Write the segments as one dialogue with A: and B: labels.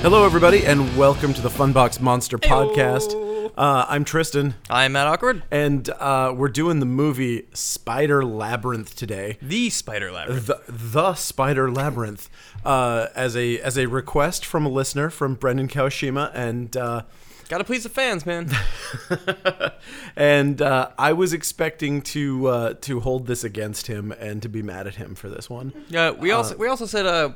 A: Hello, everybody, and welcome to the Funbox Monster Podcast. Uh, I'm Tristan,
B: I'm Matt Awkward,
A: and uh, we're doing the movie Spider Labyrinth today.
B: the Spider Labyrinth.
A: The, the Spider Labyrinth, uh, as a as a request from a listener from Brendan Kawashima, and uh,
B: Gotta please the fans, man.
A: and uh, I was expecting to uh, to hold this against him and to be mad at him for this one.
B: Yeah, we also we also said uh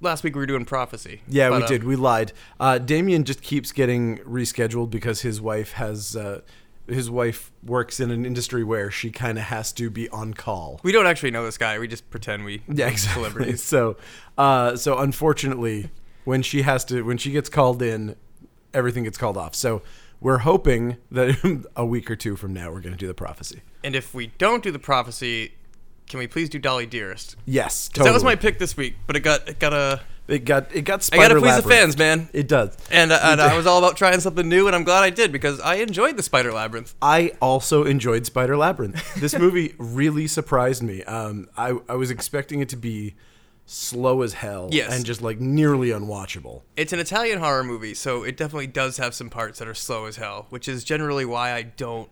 B: last week we were doing prophecy.
A: Yeah,
B: But,
A: we
B: uh,
A: did. We lied. Uh, Damien just keeps getting rescheduled because his wife has uh, his wife works in an industry where she kind of has to be on call.
B: We don't actually know this guy. We just pretend we
A: Yeah, exactly.
B: celebrities.
A: So, uh, so unfortunately, when she has to, when she gets called in, everything gets called off. So, we're hoping that a week or two from now, we're going to do the prophecy.
B: And if we don't do the prophecy, can we please do Dolly Dearest?
A: Yes, totally.
B: That was my pick this week, but it got it got a.
A: It got it got.
B: I gotta please
A: Spider-Labyrinth.
B: the fans, man.
A: It does.
B: And, uh, and I was all about trying something new, and I'm glad I did because I enjoyed the Spider Labyrinth.
A: I also enjoyed Spider Labyrinth. This movie really surprised me. Um, I, I was expecting it to be slow as hell
B: Yes.
A: and just like nearly unwatchable.
B: It's an Italian horror movie, so it definitely does have some parts that are slow as hell, which is generally why I don't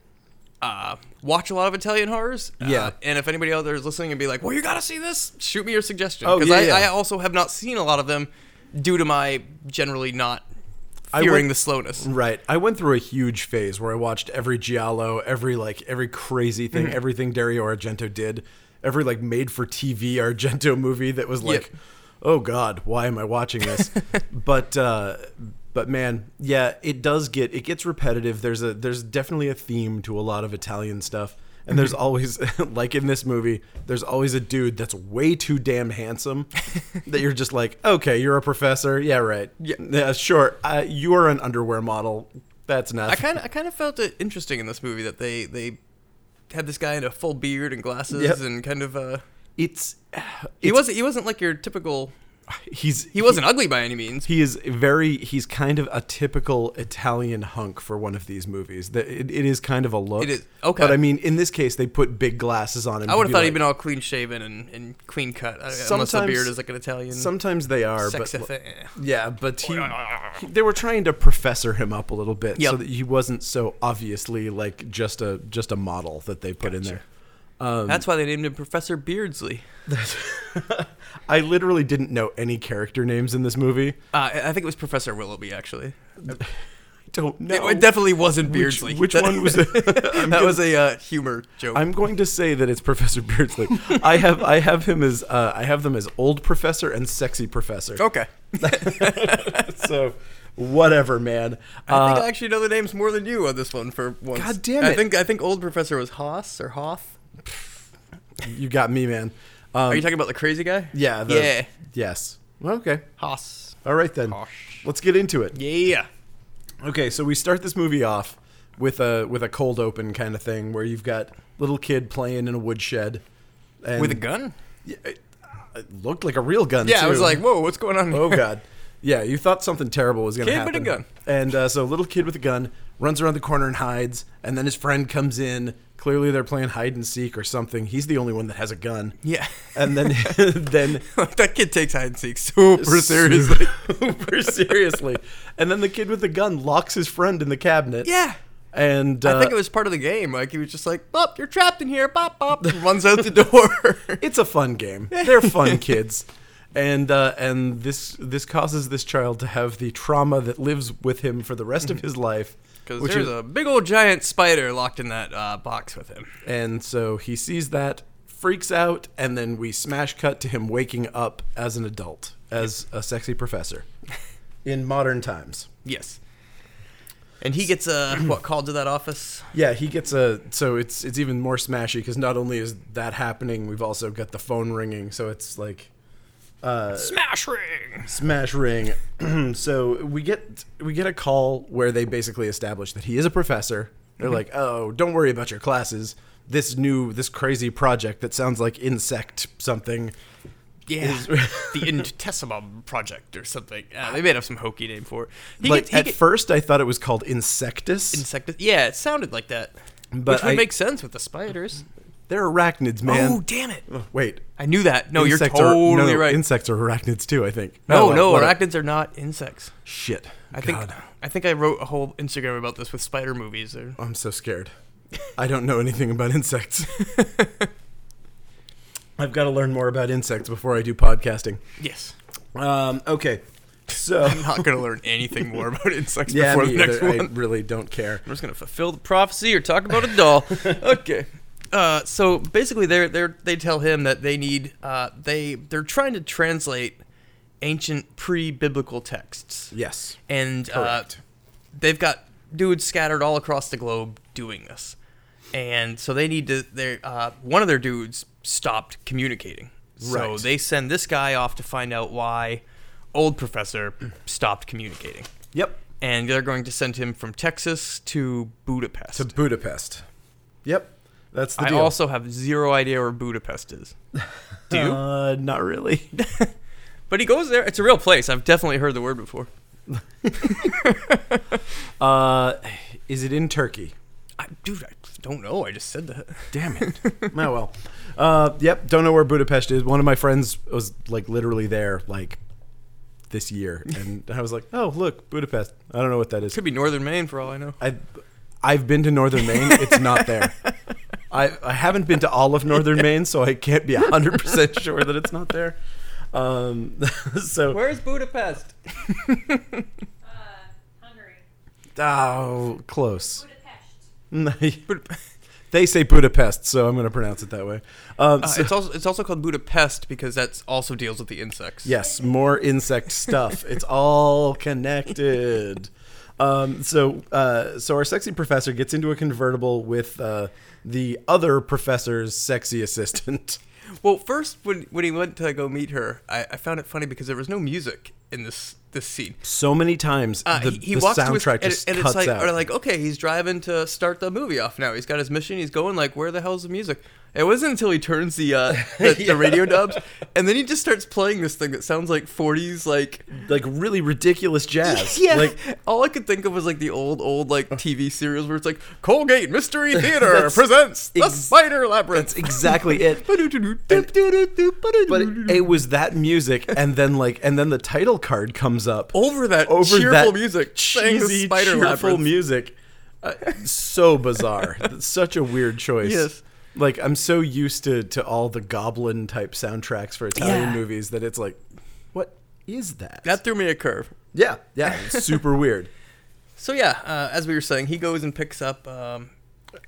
B: uh, watch a lot of Italian horrors. Uh,
A: Yeah.
B: and if anybody out there is listening and be like, "Well, you gotta see this," shoot me your suggestion
A: Oh,
B: because
A: yeah,
B: I,
A: yeah.
B: I also have not seen a lot of them due to my generally not
A: I
B: fearing
A: went-
B: the slowness.
A: Right. I went through a huge phase where I watched every Giallo, every like every crazy thing, everything Dario Argento did, every like made for TV Argento movie that was like, oh god, why am I watching this? but uh, but man, yeah, it does get it gets repetitive. There's a there's definitely a theme to a lot of Italian stuff. And there's
B: Mm-hmm.
A: always, like in this movie, there's always a dude that's way too damn handsome that you're just like, okay, you're a professor. Yeah, right. Yeah, sure. Uh, you are an underwear model. That's enough.
B: I kind of I kind of felt it interesting in this movie that they they had this guy in a full beard and glasses
A: Yep.
B: and kind of uh,
A: it's,
B: he
A: it's-
B: wasn't he wasn't like your typical
A: he's
B: he wasn't ugly by any means.
A: He is very. He's kind of a typical Italian hunk for one of these movies. That it, it is kind of a look.
B: It is- okay.
A: But I mean, in this case, they put big glasses on him.
B: I would have thought he'd been
A: On,
B: all clean shaven and, and clean cut. I- Unless the
A: Sometimes-
B: beard is like an Italian
A: sometimes they are,
B: sex Eh,
A: but
B: affair.
A: yeah, but he, he- They were trying to professor him up a little bit so
B: Yep.
A: that he wasn't so obviously like just a just a model that they put in there. um,
B: That's why they named him Professor Beardsley.
A: I literally didn't know any character names in this movie.
B: Uh, I I think it was Professor Willoughby actually.
A: I don't know.
B: It definitely wasn't
A: Which-
B: Beardsley.
A: which
B: That-
A: one was it?
B: that was a uh, humor joke.
A: I'm going to say that it's Professor Beardsley. I have I have him as uh, I have them as old professor and sexy professor.
B: okay.
A: So whatever, man.
B: I
A: Uh,
B: think I actually know the names more than you on this one for once.
A: God damn
B: I
A: it.
B: think I think old Professor was Haas or Hoth.
A: Uh, you got me, man.
B: Are
A: Um,
B: you talking about the crazy guy?
A: yeah. The,
B: yeah.
A: Yes. Okay.
B: Haas.
A: All right then.
B: Gosh.
A: Let's get into it.
B: Yeah.
A: Okay, so we start this movie off with a with a cold open kind of thing where you've got little kid playing in a woodshed and
B: With a gun?
A: it looked like a real gun.
B: Yeah, I was
A: too.
B: like, whoa, what's going on? here?
A: Oh God. Yeah, you thought something terrible was going to
B: Kid with
A: happen.
B: a gun.
A: And uh, so, little kid with a gun runs around the corner and hides, and then his friend comes in. Clearly, they're playing hide and seek or something. He's the only one that has a gun.
B: Yeah.
A: And then, then
B: that kid takes hide and seek super seriously.
A: super seriously. And then the kid with the gun locks his friend in the cabinet.
B: Yeah.
A: And uh,
B: I think it was part of the game. Like he was just like, "Bop, you're trapped in here." Bop, bop, and runs out the door.
A: it's a fun game. They're fun kids. And uh, and this this causes this child to have the trauma that lives with him for the rest of his life.
B: Because
A: which
B: Mm-hmm. there's
A: is-
B: a big old giant spider locked in that uh, box with him.
A: And so he sees that, freaks out, and then we smash cut to him waking up as an adult, as a sexy professor in modern times.
B: Yes. And he gets uh, what called to that office.
A: Yeah, he gets a so it's it's even more smashy because not only is that happening, we've also got the phone ringing, so it's like
B: Uh, Smash ring.
A: smash ring. so we get we get a call where they basically establish that he is a professor. They're like, "Oh, don't worry about your classes. This new this crazy project that sounds like insect something."
B: Yeah, the Intetsimum Project or something. Uh, they made up some hokey name for it. He
A: like
B: gets, he
A: at
B: get-
A: first I thought it was called Insectus.
B: insecti- Yeah, it sounded like that.
A: But
B: Which would
A: I-
B: make sense with the spiders.
A: They're arachnids, man.
B: Oh, damn it.
A: Wait.
B: I knew that. No,
A: insects
B: you're
A: are-
B: totally
A: no, no,
B: right.
A: Insects are arachnids too, I think.
B: no,
A: Oh,
B: no,
A: well, what a-
B: arachnids are not insects.
A: Shit.
B: I think
A: God,
B: I think I wrote a whole Instagram about this with spider movies. They're-
A: I'm so scared. I don't know anything about insects. I've got to learn more about insects before I do podcasting.
B: Yes.
A: Um, okay. So
B: I'm not going to learn anything more about insects
A: yeah,
B: before
A: me
B: the next
A: either. I
B: one.
A: really don't care.
B: I'm just gonna fulfill the prophecy or talk about a doll. okay. Uh, so basically, they're they are they tell him that they need uh, they they're trying to translate ancient pre-biblical texts,
A: Yes.
B: and uh,
A: Correct.
B: they've got dudes scattered all across the globe doing this, and so they need to. They uh, one of their dudes stopped communicating, so
A: Right.
B: they send this guy off to find out why old professor stopped communicating
A: Yep.
B: and they're going to send him from Texas to Budapest.
A: To Budapest. Yep. That's the
B: I
A: deal.
B: also have zero idea where Budapest is. Do you?
A: Uh, not really.
B: but he goes there. It's a real place. I've definitely heard the word before.
A: Uh, is it in Turkey?
B: I, dude, I don't know. I just said that.
A: Damn it. oh well. Uh, yep. Don't know where Budapest is. One of my friends was like literally there like this year, and I was like, oh look, Budapest. I don't know what that is.
B: Could be northern Maine for all I know.
A: I I've been to northern Maine. It's not there. I, I haven't been to all of northern Maine, so I can't be 100% sure that it's not there. Um, so,
B: Where's Budapest?
C: Uh, Hungary.
A: oh, close.
C: Budapest.
A: they say Budapest, so I'm going to pronounce it that way. Um,
B: Uh,
A: so-
B: it's also it's also called Budapest because that's also deals with the insects.
A: Yes, more insect stuff. it's all connected. Um, so, uh, so our sexy professor gets into a convertible with uh, the other professor's sexy assistant.
B: Well, first when when he went to go meet her, I, I found it funny because there was no music in this this scene.
A: So many times
B: Uh,
A: the,
B: he, he
A: the
B: walks to his,
A: soundtrack
B: and,
A: just
B: and
A: cuts
B: it's like,
A: out.
B: Or like, okay, he's driving to start the movie off now. He's got his mission. He's going like, where the hell's the music? It wasn't until he turns the uh, the, the radio dubs, and then he just starts playing this thing that sounds like '40s like.
A: like really ridiculous jazz.
B: Like
A: Like
B: all I could think of was like the old old like TV serials where it's like Colgate Mystery Theater
A: That's
B: presents the
A: ex-
B: Spider Labyrinth.
A: that's exactly it. But it, it was that music, and then like, and then the title card comes up
B: over that
A: over
B: cheerful
A: that
B: music, sang the
A: cheesy,
B: Spider
A: cheerful
B: Labyrinth.
A: music. Uh, so bizarre. Such a weird choice.
B: Yes.
A: Like I'm so used to to all the goblin type soundtracks for Italian
B: Yeah.
A: movies that it's like, what is that?
B: that threw me a curve.
A: yeah, yeah, it's super weird.
B: So yeah, uh, as we were saying, he goes and picks up. Um,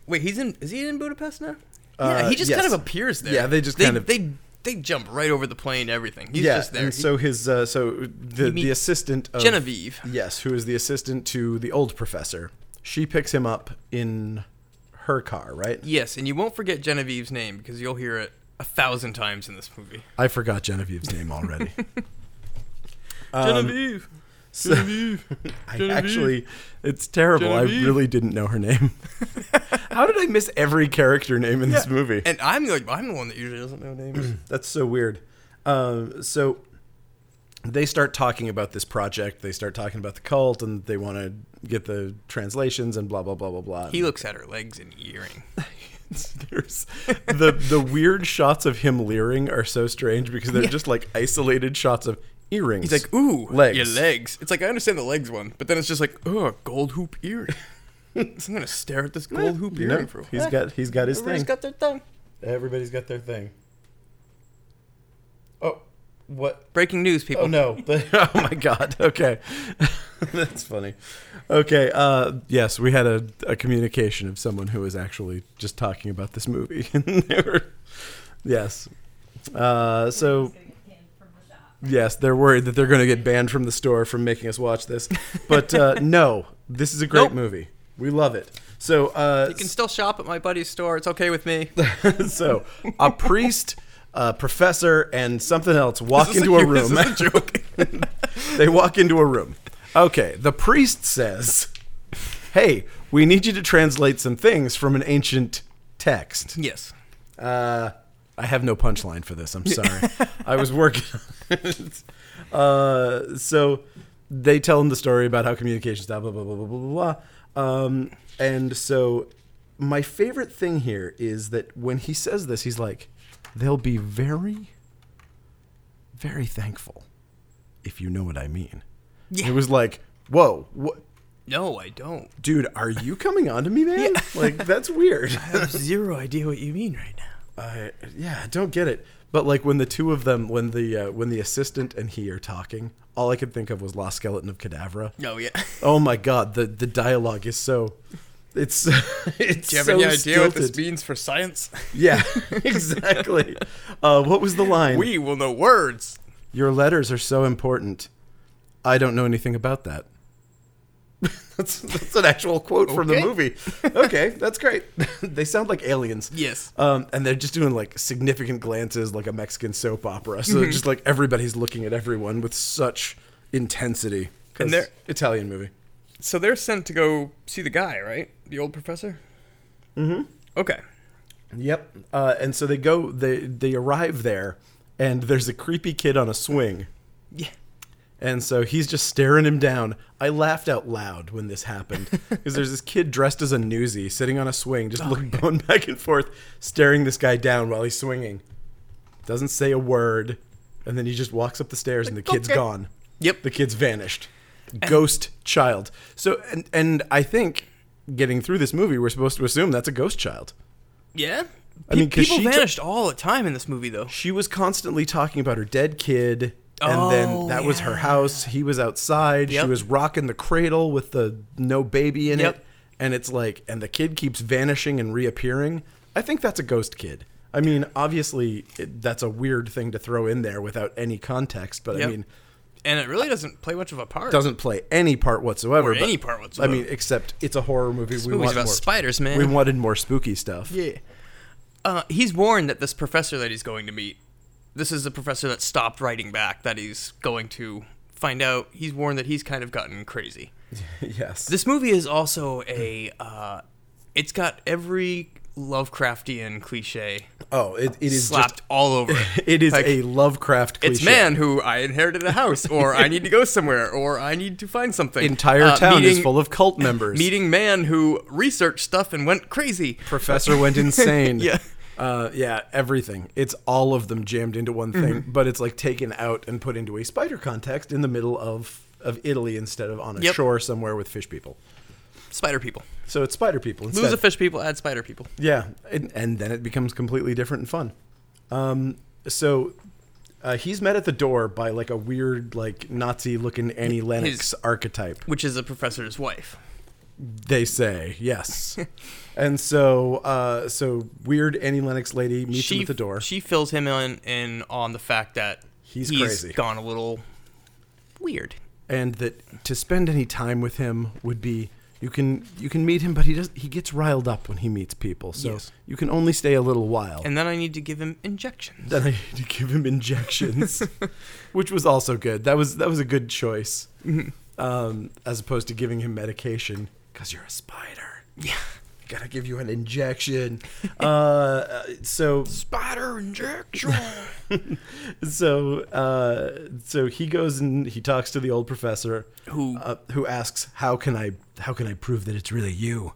B: wait, he's in. Is he in Budapest now? yeah,
A: Uh,
B: he just
A: yes.
B: kind of appears there.
A: Yeah, they just kind of-
B: they they jump right over the plane. Everything. He's
A: yeah,
B: just there.
A: and
B: He-
A: so uh, his uh, so the the
B: meets
A: assistant of
B: Genevieve.
A: Yes, who is the assistant to the old professor. She picks him up in her car, right?
B: Yes, and you won't forget Genevieve's name because you'll hear it a thousand times in this movie.
A: I forgot Genevieve's name already. Um,
B: Genevieve.
A: so-
B: Genevieve.
A: I
B: Genevieve.
A: actually, it's terrible.
B: Genevieve.
A: I really didn't know her name. How did I miss every character name in this movie?
B: and I'm like I'm the one that usually doesn't know names.
A: That's so weird. Um, so they start talking about this project. They start talking about the cult, and they want to get the translations and blah blah blah blah blah.
B: he looks at her legs and earring.
A: There's the the weird shots of him leering are so strange because they're just like isolated shots of earrings.
B: He's like, ooh,
A: Legs.
B: your legs. It's like I understand the legs one, but then it's just like, oh, gold hoop earring. I'm gonna stare at this gold hoop
A: You know,
B: earring for a while.
A: he's got he's got his
B: Everybody's
A: thing.
B: got their thing.
A: Everybody's got their thing. Oh, what?
B: Breaking news, people.
A: Oh no! oh my God! Okay, that's funny. Okay, uh, yes, we had a, a communication of someone who was actually just talking about this movie, and they were, yes, uh, so
C: It's gonna get pinned from the shop.
A: yes, they're worried that they're going to get banned from the store from making us watch this, but uh, no, this is a great
B: Nope.
A: movie. We love it. So uh,
B: You can still shop at my buddy's store. It's okay with me.
A: so a priest, a professor, and something else walk
B: This is
A: into a
B: this
A: room.
B: is a joke.
A: they walk into a room. Okay, the priest says, "Hey, we need you to translate some things from an ancient text."
B: yes.
A: Uh, I have no punchline for this. I'm sorry. I was working. on it. uh, so they tell him the story about how communications, blah blah blah blah blah blah blah. blah. Um, and so my favorite thing here is that when he says this, he's like, they'll be very, very thankful, if you know what I mean.
B: Yeah.
A: It was like, whoa, what?
B: No, I don't.
A: Dude, are you coming on to me, man? Like, that's weird.
B: I have zero idea what you mean right now.
A: I Uh, yeah, I don't get it. But like when the two of them, when the uh, when the assistant and he are talking, all I could think of was Lost Skeleton of Cadavra.
B: No, yeah.
A: Oh my god, the the dialogue is so, it's it's
D: Do you have
A: so
D: any idea what this
A: stilted.
D: means for science?
A: Yeah, exactly. uh, what was the line?
D: we will know words.
A: Your letters are so important. I don't know anything about that. that's that's an actual quote from the
D: Okay.
A: movie. Okay, that's great. they sound like aliens.
B: Yes.
A: Um, and they're just doing like significant glances, like a Mexican soap opera. So
D: Mm-hmm.
A: just like everybody's looking at everyone with such intensity. 'Cause
D: And they're-
A: Italian movie.
D: So they're sent to go see the guy, right? The old professor? Mm-hmm. Okay.
A: Yep. Uh, and so they go. They they arrive there, and there's a creepy kid on a swing.
B: Yeah.
A: And so he's just staring him down. I laughed out loud when this happened because there's this kid dressed as a newsie sitting on a swing, just looking going back and forth, staring this guy down while he's swinging. Doesn't say a word, and then he just walks up the stairs, and the kid's
D: okay.
A: gone.
B: Yep.
A: the kid's vanished. Ghost child. So, and and I think getting through this movie, we're supposed to assume that's a ghost child.
B: Yeah.
A: I mean, 'cause
B: people
A: she took-
B: vanished all the time in this movie, though.
A: she was constantly talking about her dead kid and
B: Oh,
A: then that was her
B: yeah.
A: house he was outside
B: Yep.
A: she was rocking the cradle with the no baby in it
B: Yep.
A: and it's like and the kid keeps vanishing and reappearing i think that's a ghost kid i mean obviously it, that's a weird thing to throw in there without any context but i
B: Yep.
A: mean
B: And it really doesn't play much of a part.
A: doesn't play any part whatsoever
B: Or
A: but-
B: any part whatsoever.
A: i mean except it's a horror movie we
B: movie's
A: want
B: about
A: more
B: spiders, man.
A: we wanted more spooky stuff
B: Yeah. Uh, he's warned that this professor that he's going to meet, this is the professor that stopped writing back, that he's going to find out. He's warned that he's kind of gotten crazy.
A: yes
B: This movie is also a, uh, it's got every Lovecraftian cliche
A: oh it, it is
B: slapped all over
A: just
B: it.
A: it is
B: Like,
A: a lovecraft cliche.
B: It's man who I inherited a house, or I need to go somewhere, or I need to find something.
A: entire
B: Uh,
A: town is
B: meeting-
A: full of cult members.
B: Meeting man who researched stuff and went crazy.
A: Professor went insane.
B: Yeah.
A: Uh, yeah, everything. It's all of them jammed into one thing,
B: Mm-hmm.
A: but it's like taken out and put into a spider context in the middle of, of Italy instead of on a
B: Yep.
A: shore somewhere with fish people.
B: Spider people.
A: So it's spider people instead.
B: Lose a fish people, add spider people.
A: Yeah, and, and then it becomes completely different and fun. Um, so uh, he's met at the door by like a weird, like Nazi looking Annie Lennox archetype.
B: which is the professor's wife.
A: They say yes, and so uh, so weird Annie Lennox lady meets him at the door.
B: She fills him in, in on the fact that
A: He's crazy.
B: gone a little weird.
A: and that to spend any time with him would be you can you can meet him, but he does he gets riled up when he meets people. So
B: Yes.
A: you can only stay a little while.
B: And then I need to give him injections.
A: then I had to give him injections, which was also good. That was that was a good choice,
B: Mm-hmm.
A: um, as opposed to giving him medication because you're a spider.
B: Yeah.
A: Gotta give you an injection. uh, uh, so
B: Spider injection.
A: so uh, so he goes and he talks to the old professor
B: Who-
A: uh, who asks how can I how can I prove that it's really you?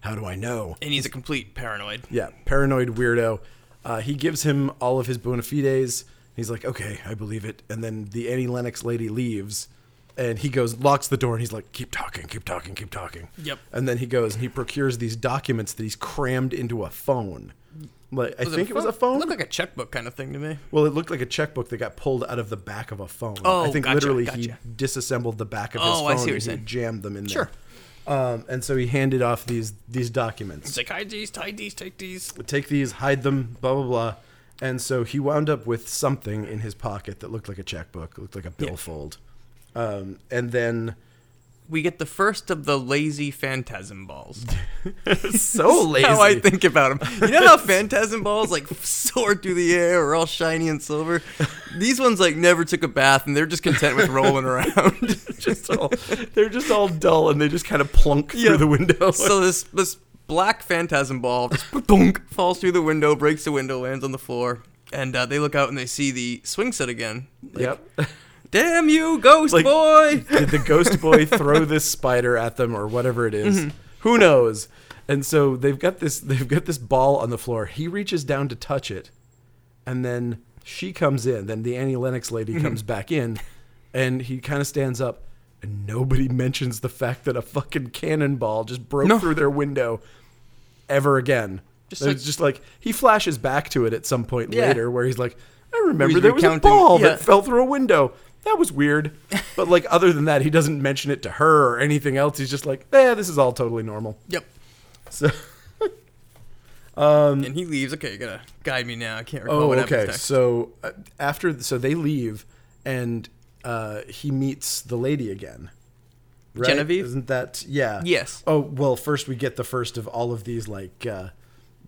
A: How do I know?
B: and he's a complete paranoid.
A: Yeah, paranoid weirdo. Uh, he gives him all of his bona fides. He's like, okay, I believe it. And then the Annie Lennox lady leaves, and he goes, locks the door, and he's like, keep talking, keep talking, keep talking.
B: Yep.
A: And then he goes and he procures these documents that he's crammed into a phone. Like I think it was a phone.
B: Looked like a checkbook kind of thing to me.
A: Well, it looked like a checkbook that got pulled out of the back of a phone.
B: Oh,
A: I think
B: gotcha,
A: literally he
B: gotcha.
A: disassembled the back of his
B: Oh,
A: phone
B: I see what
A: and
B: you're
A: he
B: saying.
A: jammed them in
B: Sure.
A: there. Um, and so he handed off these these documents.
B: He's like, hide these, hide these, take these.
A: Take these, hide them, blah blah blah. And so he wound up with something in his pocket that looked like a checkbook, looked like a billfold. Um, and then
B: We get the first of the lazy phantasm balls.
A: so lazy.
B: How I think about them. You know how phantasm balls like soar through the air, are all shiny and silver. These ones like never took a bath, and they're just content with rolling around.
A: just all, they're just all dull and they just kind of plunk through the window.
B: so this this black phantasm ball just thunk, falls through the window, breaks the window, lands on the floor, and uh, they look out and they see the swing set again.
A: yep.
B: Damn you, ghost
A: Like-
B: boy!
A: Did the ghost boy throw this spider at them or whatever it is? Who knows? And so they've got this they've got this ball on the floor. He reaches down to touch it, and then she comes in. Then the Annie Lennox lady comes back in, and he kind of stands up. And nobody mentions the fact that a fucking cannonball just broke
E: No.
A: through their window ever again. Just
B: Just
A: like,
B: like-
A: just like he flashes back to it at some point
B: Yeah.
A: later, where he's like, "I remember
E: he's
A: there was a
E: recounting-
A: ball
B: yeah.
A: that fell through a window. That was weird." But like, other than that, he doesn't mention it to her or anything else. He's just like, "Yeah, this is all totally normal."
E: Yep.
A: So, um,
E: and he leaves. Okay, you gotta guide me now. I can't recall
A: oh,
E: what happens
A: okay.
E: next.
A: So uh, after, so they leave, and uh, he meets the lady again. Right?
B: Genevieve?
A: isn't that yeah?
B: Yes.
A: Oh well, first we get the first of all of these like uh,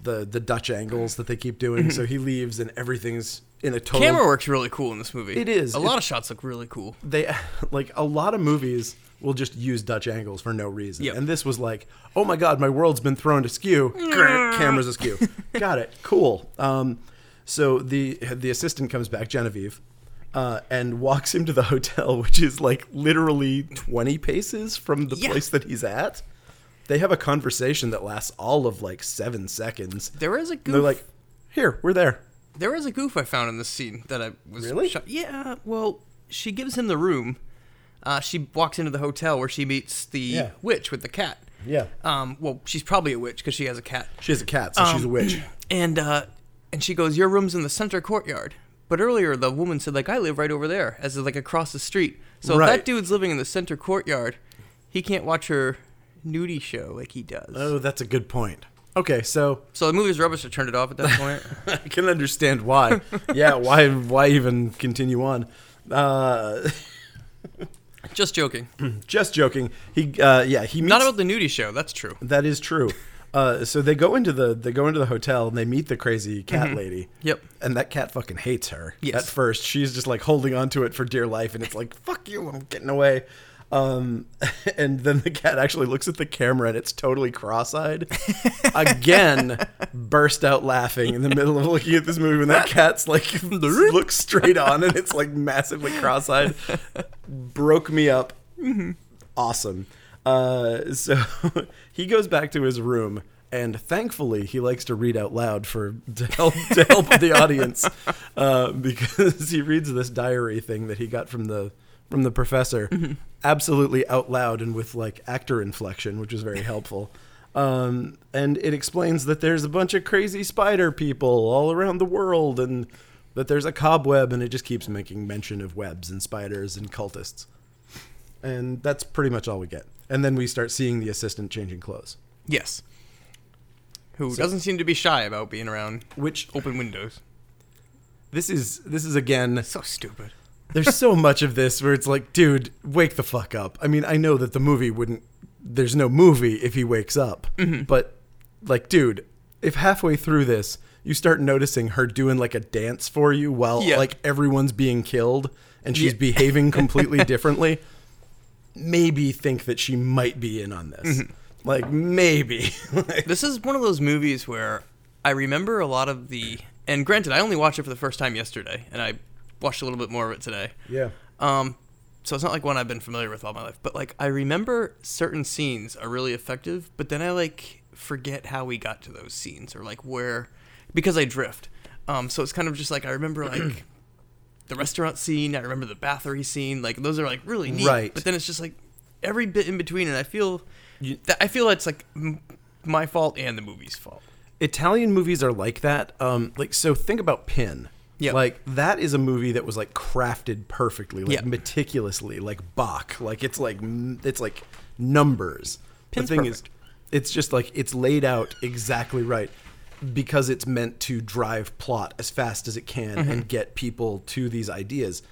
A: the the Dutch angles that they keep doing. so he leaves, and everything's in a total
E: Camera work's really cool in this movie.
A: It is.
E: A lot of shots look really cool.
A: they like a lot of movies will just use Dutch angles for no reason.
E: Yep.
A: And this was like, oh my god, my world's been thrown askew. Grr, Camera's askew. Got it. Cool. Um, so the the assistant comes back, Genevieve, uh, and walks him to the hotel, which is like literally twenty paces from the
E: Yeah.
A: place that he's at. They have a conversation that lasts all of like seven seconds.
E: There is a
A: And
E: goof.
A: they're like, here, we're there.
E: there is a goof I found in this scene that I was
A: Really?
E: shocked-
B: Yeah, well, she gives him the room. Uh, she walks into the hotel where she meets the
A: Yeah.
B: witch with the cat.
A: Yeah.
B: Um, well, she's probably a witch because she has a cat.
A: She has a cat, so she's a
E: Um,
A: witch.
B: And uh, and she goes, "Your room's in the center courtyard." But earlier, the woman said, "Like I live right over there," as in, like across the street. So if
A: Right.
B: that dude's living in the center courtyard, he can't watch her nudie show like he does.
A: Oh, that's a good point. Okay, so
B: So the movie's rubbish. I turned it off at that point.
A: I can understand why. yeah, why why even continue on? Uh,
B: Just joking.
A: just joking. He uh, yeah, he meets,
B: Not about the nudie show. That's true.
A: that is true. Uh, so they go into the they go into the hotel and they meet the crazy cat lady.
B: Mm-hmm. Yep.
A: And that cat fucking hates her.
B: Yes.
A: At first, she's just like holding onto it for dear life, and it's like fuck you, I'm getting away. Um, and then the cat actually looks at the camera and it's totally cross-eyed. Again, burst out laughing in the middle of looking at this movie, and that cat's like looks straight on and it's like massively cross-eyed. Broke me up awesome. Uh, so he goes back to his room, and thankfully he likes to read out loud for to help to help the audience uh, because he reads this diary thing that he got from the from the professor, absolutely out loud and with like actor inflection, which is very helpful. Um, and it explains that there's a bunch of crazy spider people all around the world, and that there's a cobweb, and it just keeps making mention of webs and spiders and cultists and that's pretty much all we get. And then we start seeing the assistant changing clothes,
E: Yes. Who doesn't seem to be shy about being around
A: which
E: open windows.
A: this is this is again.
E: So stupid.
A: There's so much of this where it's like, dude, wake the fuck up. I mean, I know that the movie wouldn't. There's no movie if he wakes up,
E: Mm-hmm.
A: but like, dude, if halfway through this you start noticing her doing like a dance for you while
E: Yeah.
A: like everyone's being killed and she's behaving completely differently, maybe think that she might be in on this.
E: Mm-hmm.
A: Like maybe.
B: This is one of those movies where I remember a lot of the. And granted, I only watched it for the first time yesterday, and I watched a little bit more of it today.
A: yeah.
B: Um, so it's not like one I've been familiar with all my life, but like I remember certain scenes are really effective, but then I like forget how we got to those scenes or like where because I drift. Um, so it's kind of just like I remember like the restaurant scene, I remember the bathory scene, like those are like really neat.
A: Right.
B: But then it's just like every bit in between, and I feel that I feel it's like m- my fault and the movie's fault.
A: Italian movies are like that. Um, like so, think about Pin.
B: Yeah.
A: Like that is a movie that was like crafted perfectly, like
B: Yeah.
A: meticulously, like Bach. Like it's like m- it's like numbers.
B: Pin's
A: the thing
B: perfect.
A: is, it's just like it's laid out exactly right because it's meant to drive plot as fast as it can
B: Mm-hmm.
A: and get people to these ideas.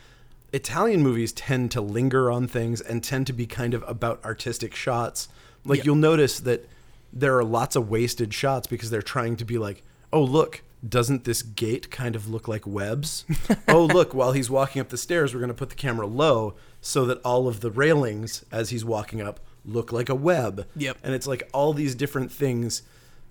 A: Italian movies tend to linger on things and tend to be kind of about artistic shots. Like
B: Yeah.
A: you'll notice that there are lots of wasted shots because they're trying to be like, "Oh, look, doesn't this gate kind of look like webs?" "Oh, look, while he's walking up the stairs, we're going to put the camera low so that all of the railings as he's walking up look like a web."
B: Yep.
A: And it's like all these different things,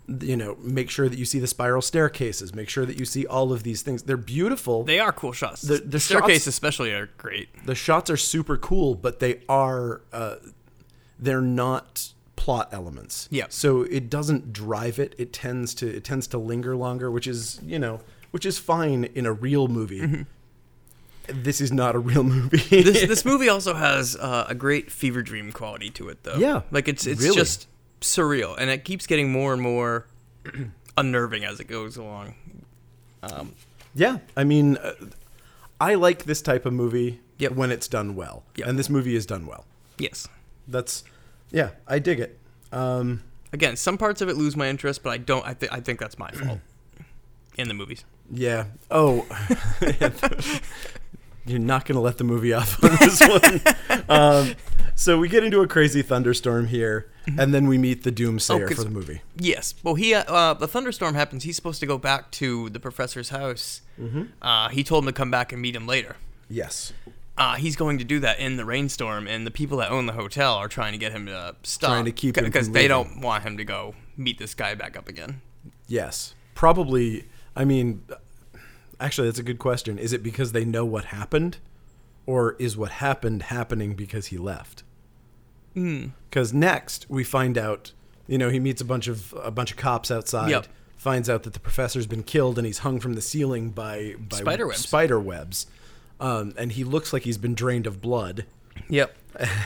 A: you know, make sure that you see the spiral staircases, make sure that you see all of these things. They're beautiful.
B: They are cool shots.
A: The- the
B: staircase
A: shots-
B: especially are great.
A: the shots are super cool, but they are uh, they're not plot elements.
B: Yeah.
A: So it doesn't drive it. It tends to it tends to linger longer, which is you know which is fine in a real movie. This is not a real movie.
B: Mm-hmm. This this movie also has uh, a great fever dream quality to it, though.
A: Yeah,
B: like it's it's
A: really.
B: just surreal, and it keeps getting more and more unnerving as it goes along.
A: Yeah, I mean, uh, I like this type of movie
B: Yep.
A: when it's done well,
B: Yep.
A: and this movie is done well.
B: Yes.
A: That's, yeah, I dig it. Um,
B: Again, some parts of it lose my interest, but I don't. I, th- I think that's my fault in the movies.
A: yeah. Oh, you're not gonna let the movie off on this one. um, so we get into a crazy thunderstorm here, and then we meet the doomsayer
B: 'cause-
A: for the movie.
B: Yes. Well, he uh, uh, the thunderstorm happens. He's supposed to go back to the professor's house. Mm-hmm. Uh, he told him to come back and meet him later.
A: Yes.
B: Uh, he's going to do that in the rainstorm, and the people that own the hotel are trying to get him to stop.
A: Trying to keep him
B: because
A: from
B: they
A: leaving.
B: don't want him to go meet this guy back up again.
A: Yes. Probably. I mean, actually, that's a good question. Is it because they know what happened, or is what happened happening because he left?
B: Hmm.
A: Because next we find out, you know, he meets a bunch of a bunch of cops outside.
B: Yep.
A: Finds out that the professor's been killed and he's hung from the ceiling by, by
B: Spider webs.
A: Spider webs, um, and he looks like he's been drained of blood.
B: Yep.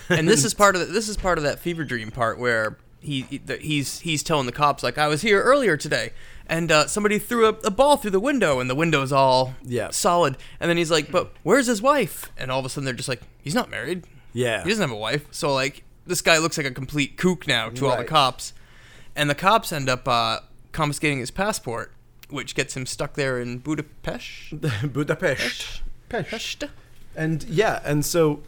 B: and this is part of the, this is part of that fever dream part where he, he the- he's he's telling the cops like I was here earlier today, and uh, somebody threw a, a ball through the window, and the window's all
A: Yeah.
B: solid. And then he's like, "But where's his wife?" And all of a sudden they're just like, "He's not married.
A: Yeah.
B: he doesn't have a wife." So like this guy looks like a complete kook now to all the
A: Right.
B: cops, and the cops end up uh, confiscating his passport, which gets him stuck there in Budapest.
A: Budapest.
B: Budapest.
A: and yeah and so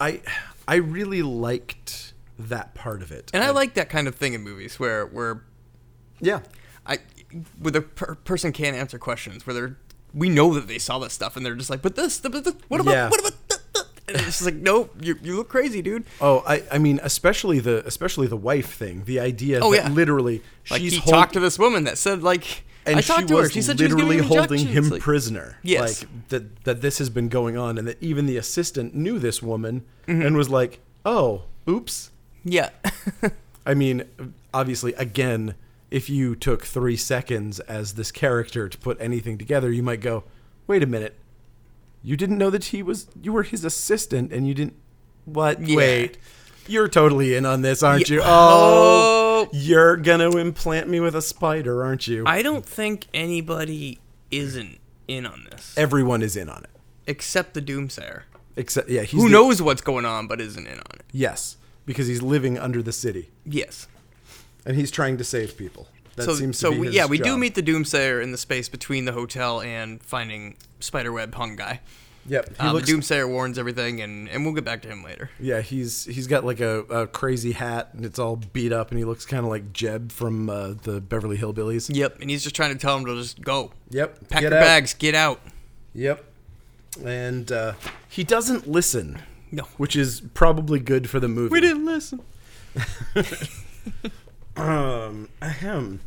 A: i i really liked that part of it
B: And I like that kind of thing in movies where where
A: yeah
B: I where the per- person can't answer questions where they're we know that they saw this stuff and they're just like, but this, th- but this what about,
A: Yeah.
B: what about, th- th-? and it's just like, no, you, you look crazy, dude.
A: oh i i mean especially the especially the wife thing the idea
B: Oh,
A: that
B: yeah.
A: literally
B: Like
A: she's
B: he
A: hold-
B: talked to this woman that said like,
A: and
B: I talked
A: she
B: to
A: was
B: her. She said she was
A: literally
B: giving him
A: holding him
B: injections, like,
A: prisoner
B: Yes.
A: like that that this has been going on and that even the assistant knew this woman
B: Mm-hmm.
A: and was like oh oops
B: Yeah,
A: i mean obviously again if you took three seconds as this character to put anything together you might go wait a minute You didn't know that he was you were his assistant and you didn't what
B: Yeah.
A: wait. You're totally in on this, aren't you?
B: Yeah.
A: Oh,
B: Oh.
A: you're gonna implant me with a spider, aren't you?
B: I don't think anybody isn't in on this
A: Everyone is in on it.
B: except the doomsayer
A: Except yeah, he's
B: who
A: the-
B: knows what's going on but isn't in on it.
A: Yes. Because he's living under the city.
B: Yes.
A: And he's trying to save people. That
B: so
A: seems to
B: so
A: be
B: we,
A: his
B: yeah, we do
A: job.
B: meet the doomsayer in the space between the hotel and finding spiderweb hung guy.
A: Yep. He
B: Um,
A: looks,
B: the Doomsayer warns everything, and, and we'll get back to him later.
A: yeah, he's he's got like a, a crazy hat and it's all beat up and he looks kinda like Jeb from uh, the Beverly Hillbillies.
B: Yep. And he's just trying to tell him to just go.
A: Yep.
B: Pack
A: Get
B: your
A: out.
B: bags, get out.
A: Yep. And uh, he doesn't listen.
B: No.
A: Which is probably good for the movie.
B: listen.
A: Um, ahem.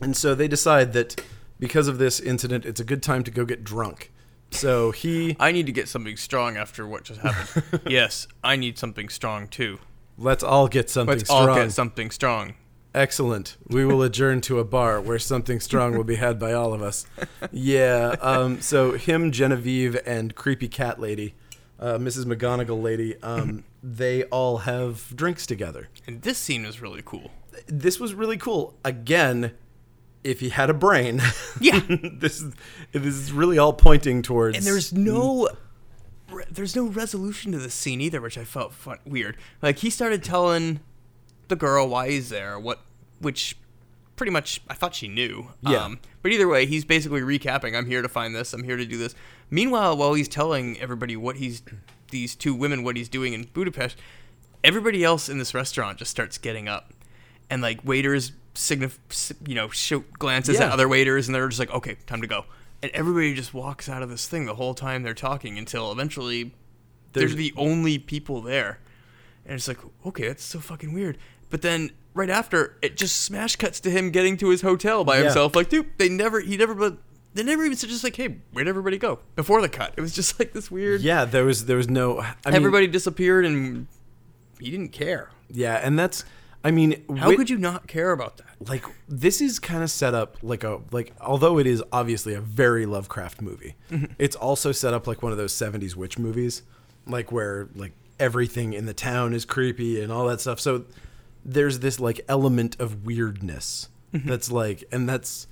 A: And so they decide that because of this incident, it's a good time to go get drunk. So he
B: I need to get something strong after what just happened. yes, I need something strong too.
A: let's all get something
B: Let's
A: strong.
B: all get something strong.
A: Excellent. We will adjourn to a bar where something strong will be had by all of us. Yeah. Um, so him, Genevieve, and creepy cat lady, uh, Mrs. McGonagall lady, um, they all have drinks together.
B: And this scene was really cool.
A: this was really cool. Again, if he had a brain,
B: Yeah.
A: this is this is really all pointing towards.
B: And there's no. re- There's no resolution to this scene either, which I felt fun, weird. Like he started telling the girl why he's there, what, which, pretty much I thought she knew. Um,
A: Yeah.
B: but either way, he's basically recapping. I'm here to find this. I'm here to do this. Meanwhile, while he's telling everybody what he's, these two women what he's doing in Budapest, everybody else in this restaurant just starts getting up, and like waiters signif- you know, show glances at
A: Yeah.
B: other waiters, and they're just like, okay, time to go. And everybody just walks out of this thing the whole time they're talking until eventually they're
A: There's-
B: the only people there. And it's like, okay, that's so fucking weird. But then right after, it just smash cuts to him getting to his hotel by
A: Yeah.
B: himself. Like, dude, they never, he never, but they never even said just like, hey, where'd everybody go? Before the cut, it was just like this weird.
A: yeah, there was there was no I mean,
B: everybody disappeared and he didn't care.
A: Yeah, and that's I mean,
B: How could you not care about that?
A: like this is kind of set up like a like although it is obviously a very Lovecraft movie,
B: Mm-hmm.
A: it's also set up like one of those '70s witch movies, like where like everything in the town is creepy and all that stuff. So there's this like element of weirdness
B: Mm-hmm.
A: that's like, and that's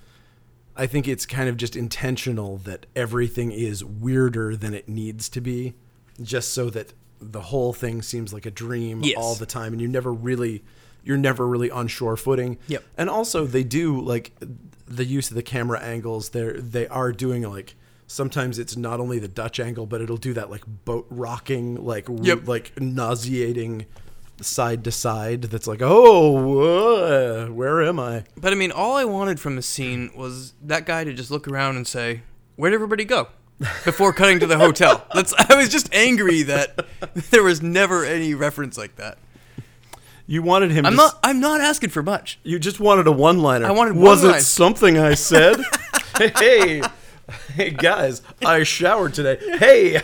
A: I think it's kind of just intentional that everything is weirder than it needs to be, just so that the whole thing seems like a dream
B: Yes.
A: all the time, and you never really, you're never really on sure footing.
B: Yep.
A: And also, they do like the use of the camera angles. They are they are doing like sometimes it's not only the Dutch angle, but it'll do that like boat rocking, like w-
B: Yep.
A: like nauseating side to side. That's like, oh, uh, where am I?
B: But I mean, all I wanted from the scene was that guy to just look around and say, "Where'd everybody go?" Before cutting to the hotel. That's. I was just angry that there was never any reference like that.
A: You wanted him.
B: I'm
A: to
B: not. I'm not asking for much.
A: You just wanted a one-liner.
B: I wanted
A: Was
B: one-liner.
A: it something I said? hey, hey guys, I showered today. Hey,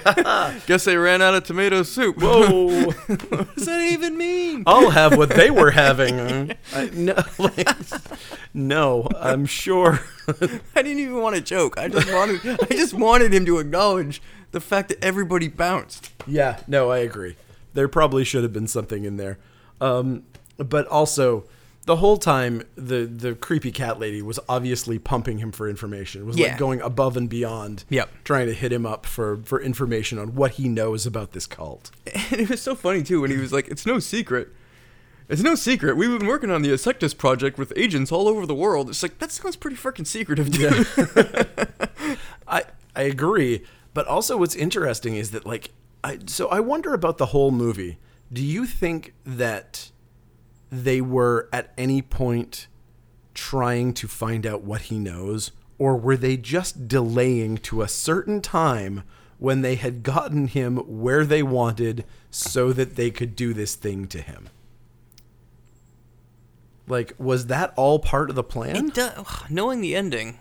B: Guess they ran out of tomato soup.
A: whoa!
B: what does that even mean?
A: I'll have what they were having. I, no, like, no, I'm sure.
B: I didn't even want to joke. I just wanted. I just wanted him to acknowledge the fact that everybody bounced.
A: yeah, no, I agree. There probably should have been something in there, um, but also. The whole time, the, the creepy cat lady was obviously pumping him for information. Was
B: Yeah.
A: like going above and beyond,
B: Yep.
A: trying to hit him up for, for information on what he knows about this cult.
B: And it was so funny too when he was like, "It's no secret." It's no secret. We've been working on the Asectus project with agents all over the world. It's like that sounds pretty freaking secretive, dude.
A: I I agree, but also what's interesting is that like I so I wonder about the whole movie. Do you think that they were at any point trying to find out what he knows or were they just delaying to a certain time when they had gotten him where they wanted so that they could do this thing to him? Like was that all part of the plan?
B: It do- uh, knowing the ending,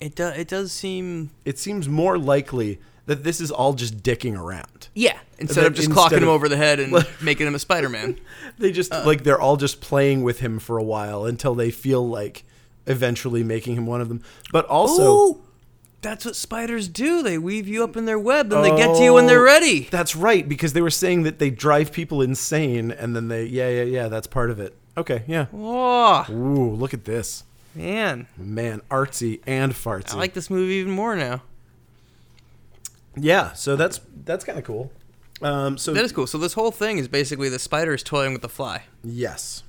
B: it do- it does seem
A: it seems more likely that this is all just dicking around.
B: yeah. Instead
A: Then
B: of just
A: instead
B: clocking him
A: of-
B: over the head and making him a Spider-Man.
A: They just
B: Uh.
A: like they're all just playing with him for a while until they feel like eventually making him one of them. But also
B: Ooh, that's what spiders do. They weave you up in their web, then they get to you when
A: Oh.
B: they're ready.
A: That's right because they were saying that they drive people insane and then they yeah yeah yeah that's part of it. Okay, yeah.
B: Oh
A: Ooh, look at this.
B: man,
A: Man, artsy and fartsy.
B: I like this movie even more now.
A: yeah, so that's that's kind of cool. Um so
B: That is cool. So this whole thing is basically the spider is toying with the fly.
A: yes.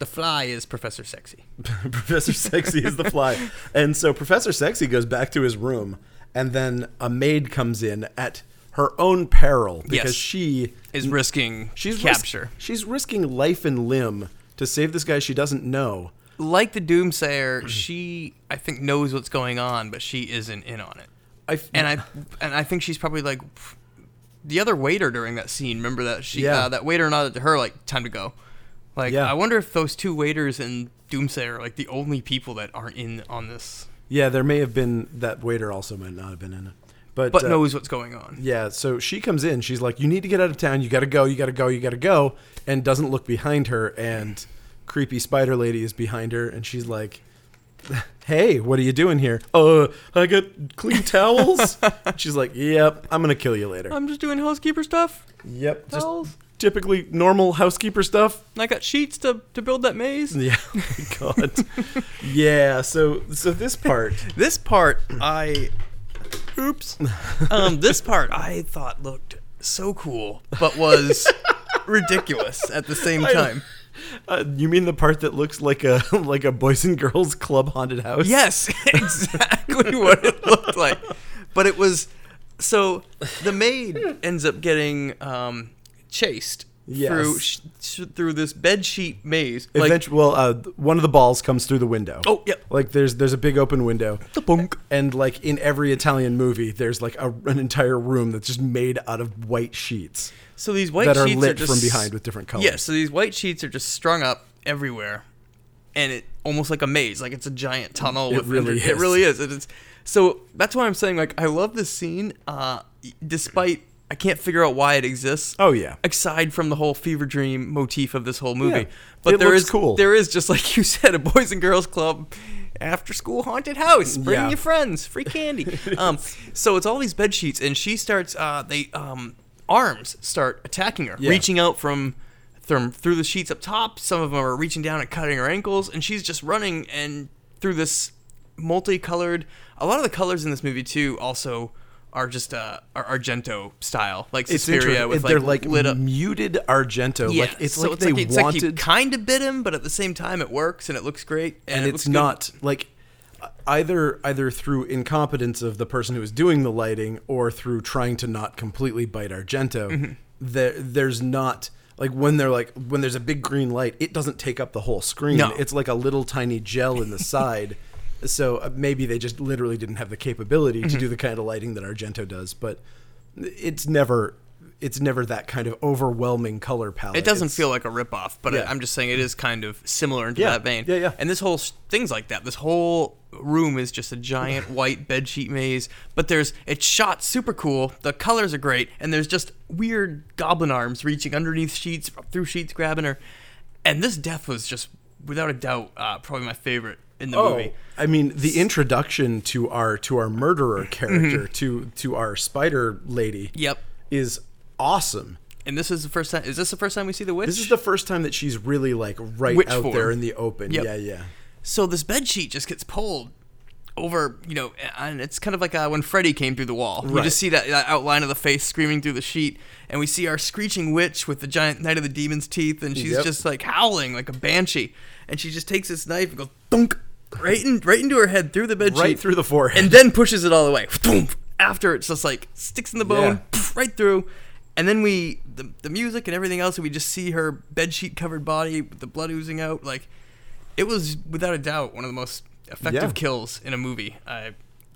B: The fly is Professor Sexy.
A: Professor Sexy is the fly. And so Professor Sexy goes back to his room, and then a maid comes in at her own peril because
B: Yes.
A: she
B: Is risking
A: she's ris-
B: capture.
A: she's risking life and limb to save this guy she doesn't know.
B: like the Doomsayer, she I think knows what's going on, but she isn't in on it.
A: I f-
B: And I and I think she's probably like the other waiter during that scene. Remember that she
A: Yeah.
B: uh, that waiter nodded to her like time to go. Like
A: Yeah.
B: I wonder if those two waiters and Doomsayer are like the only people that aren't in on this,
A: yeah, there may have been that waiter also might not have been in it, but
B: but
A: uh,
B: knows what's going on.
A: Yeah, so she comes in. She's like, "You need to get out of town. You got to go. You got to go. You got to go." And doesn't look behind her. And creepy spider lady is behind her, and she's like, "Hey, what are you doing here? Uh, I got clean towels." she's like, "Yep, I'm gonna kill you later."
B: I'm just doing housekeeper stuff.
A: yep, just
B: Um, Towels.
A: typically normal housekeeper stuff.
B: And I got sheets to, to build that maze.
A: Yeah, oh my God. yeah, so so this part,
B: This part I oops. Um this part I thought looked so cool, but was ridiculous at the same time.
A: uh, you mean the part that looks like a like a boys and girls club haunted house?
B: Yes, exactly what it looked like. But it was so the maid ends up getting um chased through
A: Yes.
B: sh- sh- through this bed sheet maze. Like
A: Eventually, well, uh, one of the balls comes through the window.
B: Oh, yep.
A: Like there's there's a big open window,
B: the bunk.
A: and like in every Italian movie, there's like a, an entire room that's just made out of white sheets
B: So these white
A: that are
B: sheets
A: lit
B: just,
A: from behind with different colors.
B: Yeah, so these white sheets are just strung up everywhere, and it almost like a maze, like it's a giant tunnel.
A: It
B: with
A: really
B: It
A: is.
B: really is. It is. So that's why I'm saying, like, I love this scene, uh, despite
F: I can't figure out why it exists.
A: Oh yeah.
F: Aside from the whole fever dream motif of this whole movie,
A: Yeah.
F: but
A: It
F: there
A: looks
F: is-
A: cool.
F: there is just like you said, a boys and girls club, after school haunted house. Bring
A: Yeah.
F: your friends, free candy. um, so it's all these bed sheets, and she starts. Uh, they um, arms start attacking her,
A: Yeah.
F: reaching out from. From through the sheets up top, some of them are reaching down and cutting her ankles, and she's just running and through this multicolored. A lot of the colors in this movie too also are just uh, are Argento style, like Suspiria
A: interesting.
F: with
A: they're
F: like,
A: like
F: lit up.
A: muted Argento.
F: Yeah,
A: Like it's
F: so
A: like
F: it's
A: they
F: like, it's
A: wanted,
F: like he kind of bit him, but at the same time it works and it looks great, and,
A: and
F: it looks
A: it's
F: good.
A: not like either either through incompetence of the person who is doing the lighting or through trying to not completely bite Argento.
F: Mm-hmm.
A: There, there's not like when they're like when there's a big green light, it doesn't take up the whole screen.
F: No.
A: It's like a little tiny gel in the side. So uh, maybe they just literally didn't have the capability
F: Mm-hmm.
A: to do the kind of lighting that Argento does, but it's never it's never that kind of overwhelming color palette.
B: It doesn't
A: It's-
B: feel like a ripoff, but
A: Yeah.
B: I, I'm just saying it is kind of similar into
A: Yeah,
B: that vein.
A: yeah, yeah.
B: And this whole s- things like that. This whole room is just a giant white bedsheet maze. But there's it's shot super cool. The colors are great, and there's just weird goblin arms reaching underneath sheets, up through sheets, grabbing her. And this death was just without a doubt uh, probably my favorite in the
A: Oh.
B: movie.
A: I mean, the introduction to our to our murderer character to to our spider lady.
B: Mm-hmm. Yep.
A: is awesome.
B: And this is the first time. Is this the first time we see the witch?
A: This is the first time that she's really like right
B: Witch
A: out
B: form.
A: there in the open.
B: Yep.
A: Yeah, yeah.
B: So this bed sheet just gets pulled over, you know, and it's kind of like uh, when Freddy came through the wall. You
A: Right.
B: just see that, that outline of the face screaming through the sheet, and we see our screeching witch with the giant Knight of the Demon's teeth, and she's
A: Yep.
B: just like howling like a banshee, and she just takes this knife and goes thunk right in right into her head through the bed
A: Right
B: sheet,
A: through the forehead.
B: and then pushes it all the way. Thump. After it's just like sticks in the bone,
A: Yeah.
B: poof, right through. And then we the, the music and everything else, and we just see her bedsheet covered body with the blood oozing out. Like it was without a doubt one of the most effective
A: Yeah.
B: kills in a movie. I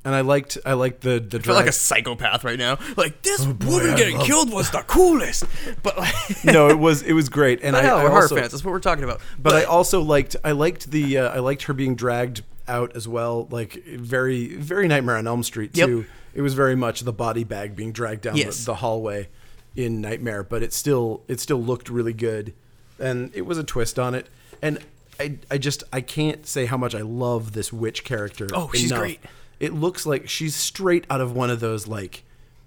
A: and I liked I liked the the
B: feel like a
A: drive-
B: psychopath right now. Like this
A: Oh, boy,
B: woman
A: I
B: getting
A: love-
B: killed was the coolest. But like
A: no, it was it was great, and
B: I
A: I,
B: know,
A: I
B: we're horror
A: also,
B: fans, that's what we're talking about.
A: But I also liked I liked the uh, I liked her being dragged out as well. Like very very Nightmare on Elm Street
B: Yep.
A: too. It was very much the body bag being dragged down
B: Yes.
A: the, the hallway in Nightmare, but it still it still looked really good, and it was a twist on it. And I I just I can't say how much I love this witch character.
B: Oh, she's
A: enough.
B: great.
A: It looks like she's straight out of one of those like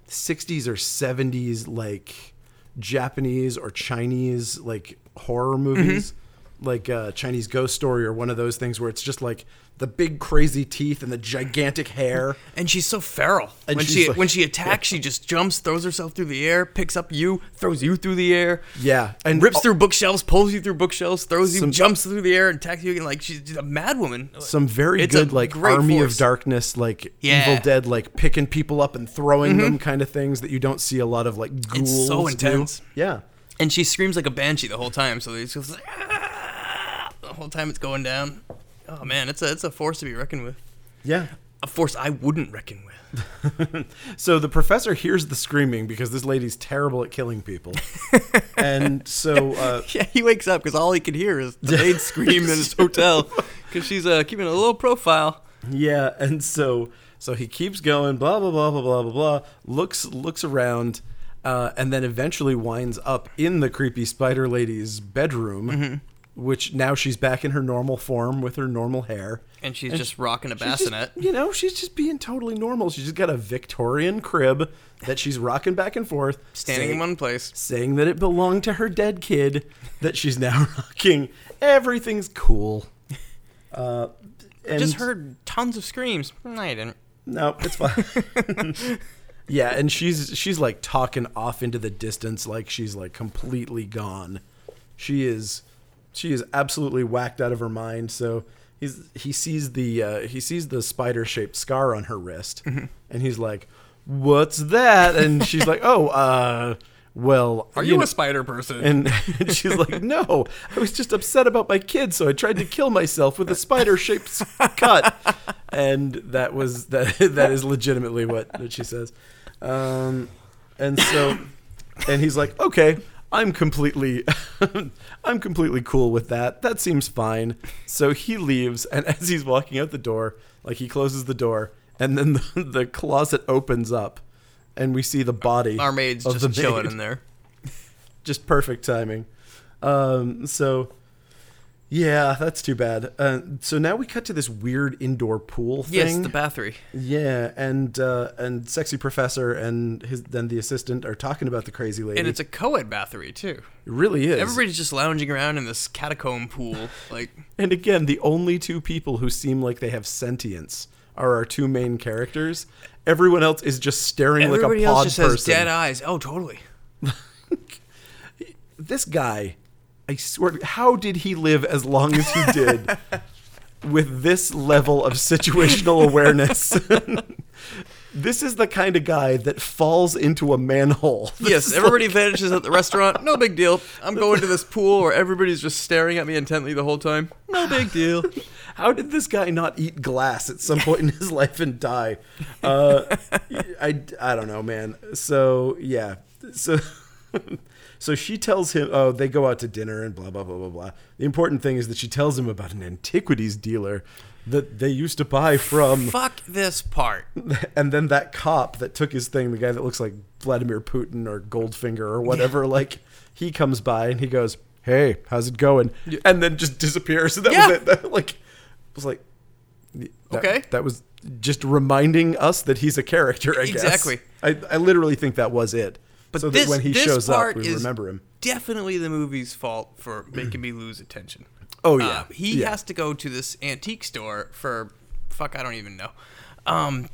A: 60s or 70s like Japanese or Chinese like horror
B: Mm-hmm.
A: movies. Like uh, Chinese ghost story or one of those things where it's just like the big crazy teeth and the gigantic hair.
B: and she's so feral.
A: And
B: when
A: she's
B: she
A: like-
B: when she attacks, she just jumps, throws herself through the air, picks up you, throws you through the air.
A: Yeah, and
B: rips through bookshelves, pulls you through bookshelves, throws you,
A: Some-
B: jumps through the air, and attacks you again. Like she's just a mad woman.
A: some very
B: It's a
A: good like
B: great
A: army
B: force.
A: of darkness like
B: Yeah. Mm-hmm.
A: Evil Dead like picking people up and throwing them kind of things that you don't see a lot of like ghouls.
B: It's so
A: do.
B: intense.
A: Yeah.
B: And she screams like a banshee the whole time. So it's just like, "Ah!" the whole time it's going down. Oh man, it's a it's a force to be reckoned with.
A: Yeah.
B: A force I wouldn't reckon with.
A: So the professor hears the screaming because this lady's terrible at killing people, and so uh,
B: Yeah, he wakes up because all he can hear is the maid scream in his hotel because she's uh, keeping a low profile.
A: yeah, and so so he keeps going, blah blah blah blah blah blah blah. Looks looks around, uh, and then eventually winds up in the creepy spider lady's bedroom, which now she's back in her normal form with her normal hair.
B: And she's just rocking a
A: She's just-
B: bassinet.
A: you know, she's just being totally normal. She's just got a Victorian crib that she's rocking back and forth,
B: Standing in
A: saying-
B: one place.
A: saying that it belonged to her dead kid that she's now rocking. Everything's cool. Uh, and
B: Just heard tons of screams. No, I didn't.
A: No, it's fine. yeah, and she's she's like talking off into the distance, like she's like completely gone. She is she is absolutely whacked out of her mind. So he's he sees the uh, he sees the spider shaped scar on her wrist,
B: Mm-hmm.
A: and he's like, "What's that?" And she's like, "Oh, uh, well,
B: Are you,
A: know-
B: a spider person?
A: and she's like, "No, I was just upset about my kid, so I tried to kill myself with a spider-shaped s- cut." And that was that. That is legitimately what that she says. Um, and so, and he's like, "Okay, I'm completely, I'm completely cool with that. That seems fine." So he leaves, and as he's walking out the door, like he closes the door, and then the, the closet opens up and we see the body
B: Our maid's
A: of the
B: just chilling
A: maid.
B: in there.
A: just perfect timing. Um, so yeah, that's too bad. Uh, so now we cut to this weird indoor pool thing.
B: Yes, the bathory.
A: yeah, and uh, and sexy professor and his then the assistant are talking about the crazy lady.
B: And it's a co-ed bathory too.
A: it really is.
B: Everybody's just lounging around in this catacomb pool. Like
A: and again, the only two people who seem like they have sentience are our two main characters. Everyone else is just staring
B: everybody
A: like a pod
B: else just
A: person.
B: has dead eyes. Oh, totally.
A: this guy, I swear, to- how did he live as long as he did with this level of situational awareness? this is the kind of guy that falls into a manhole.
F: Yes, everybody vanishes at the restaurant. No big deal. I'm going to this pool where everybody's just staring at me intently the whole time. No big deal.
A: How did this guy not eat glass at some point in his life and die? Uh, I, I don't know, man. So, yeah. So, so she tells him, oh, they go out to dinner and blah, blah, blah, blah, blah. The important thing is that she tells him about an antiquities dealer that they used to buy from.
B: Fuck this part.
A: and then that cop that took his thing, the guy that looks like Vladimir Putin or Goldfinger or whatever, like he comes by and he goes, "Hey, how's it going?" and then just disappears. And that
B: Yeah.
A: was it. That, like, was like, that-
B: Okay.
A: that was just reminding us that he's a character. I guess.
B: Exactly.
A: I, I literally think that was it.
B: But
A: so
B: this-
A: that when he
B: this
A: shows up,
B: part
A: we
B: is-
A: remember him.
B: Definitely the movie's fault for making me lose attention.
A: Oh, yeah.
B: Um, he
A: Yeah.
B: has to go to this antique store for fuck I don't even know. Um,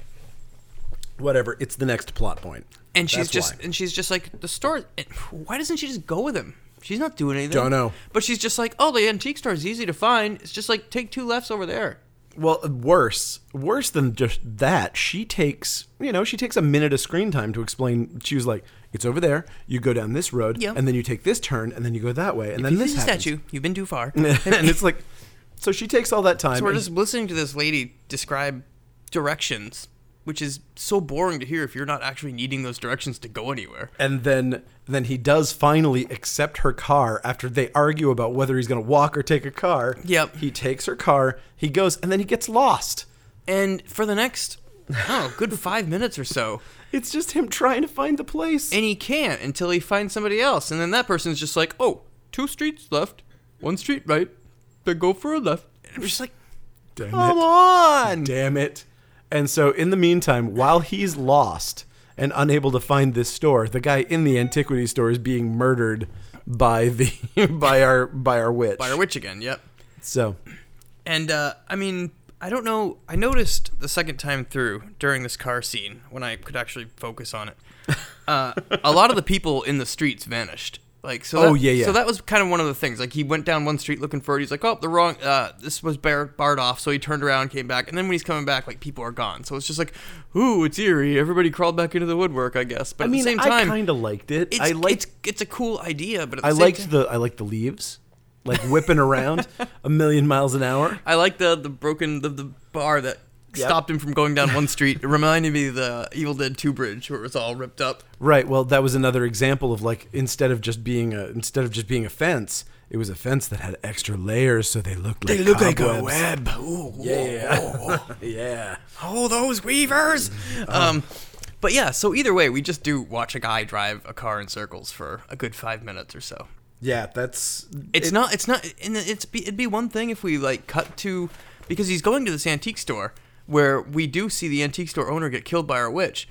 A: Whatever. It's the next plot point.
B: and she's
A: That's
B: just
A: why.
B: and she's just like the store. Why doesn't she just go with him? She's not doing anything.
A: Don't know.
B: But she's just like, oh, the antique store is easy to find. It's just like take two lefts over there.
A: Well, worse, worse than just that. She takes, you know, she takes a minute of screen time to explain. She was like, "It's over there. You go down this road,
B: Yeah.
A: and then you take this turn, and then you go that way, and then
B: You
A: this
B: see the
A: happens."
B: statue. You've been too far.
A: and it's like, so she takes all that time.
B: so we're
A: and-
B: just listening to this lady describe directions, which is so boring to hear if you're not actually needing those directions to go anywhere.
A: and then then he does finally accept her car after they argue about whether he's going to walk or take a car.
B: Yep.
A: He takes her car. He goes, and then he gets lost.
B: And for the next, oh, good five minutes or so,
A: It's just him trying to find the place.
B: and he can't until he finds somebody else, and then that person's just like, oh, two streets left, one street right, then go for a left. And I'm just like,
A: Damn
B: come on.
A: Damn it. And so, in the meantime, while he's lost and unable to find this store, the guy in the antiquity store is being murdered by the by our by our witch.
B: Fire witch again. Yep.
A: So,
B: And uh, I mean, I don't know. I noticed the second time through during this car scene when I could actually focus on it. Uh, a lot of the people in the streets vanished. Like so.
A: Oh,
B: that-
A: yeah, yeah.
B: So that was kind of one of the things. Like he went down one street looking for it. He's like, oh, the wrong. Uh, this was bar- barred off. So he turned around, came back, and then when he's coming back, like people are gone. So it's just like, ooh, it's eerie. Everybody crawled back into the woodwork, I guess. But
A: I mean,
B: at the same
A: I
B: time,
A: kind of liked it.
B: it's,
A: I liked
B: it's, it's a cool idea. But at the
A: I
B: same
A: liked
B: time-
A: the I liked the leaves, like whipping around a million miles an hour.
B: I like the the broken the, the bar that stopped him from going down one street. It reminded me of the Evil Dead Two bridge where it was all ripped up.
A: Right. Well, that was another example of like instead of just being a instead of just being a fence, it was a fence that had extra layers, so they looked like cobwebs.
B: web. Ooh,
A: Yeah. yeah.
B: Oh, those weavers.
A: Uh.
B: Um, but yeah. So either way, we just do watch a guy drive a car in circles for a good five minutes or so.
A: Yeah. That's
B: It's not. It's not. And it's be, it'd be one thing if we like cut to because he's going to this antique store where we do see the antique store owner get killed by our witch,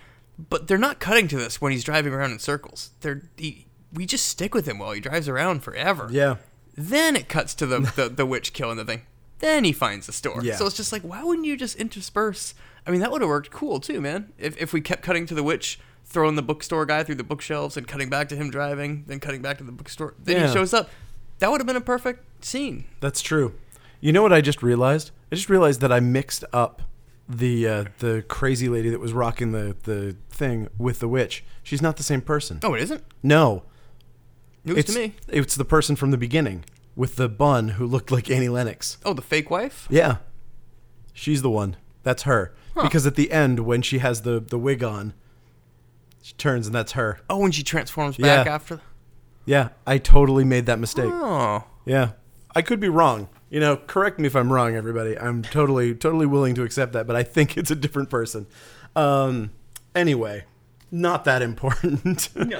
B: but they're not cutting to this when he's driving around in circles. They're he, we just stick with him while he drives around forever.
A: Yeah.
B: Then it cuts to the the, the witch killing the thing. Then he finds the store.
A: Yeah.
B: So it's just like why wouldn't you just intersperse? I mean that would have worked cool too, man. If if we kept cutting to the witch. Throwing the bookstore guy through the bookshelves and cutting back to him driving, then cutting back to the bookstore. Then
A: Yeah.
B: he shows up. That would have been a perfect scene.
A: That's true. You know what I just realized? I just realized that I mixed up the uh, the crazy lady that was rocking the the thing with the witch. She's not the same person.
B: Oh, it isn't.
A: No,
B: News
A: it's
B: to me.
A: it's the person from the beginning with the bun who looked like Annie Lennox.
B: Oh, the fake wife.
A: Yeah, she's the one. That's her.
B: Huh.
A: Because at the end, when she has the the wig on, she turns and that's her.
B: Oh, when she transforms back
A: Yeah.
B: after.
A: Yeah, I totally made that mistake.
B: Oh,
A: Yeah. I could be wrong. You know, correct me if I'm wrong, everybody. I'm totally, totally willing to accept that, but I think it's a different person. Um, anyway, not that important.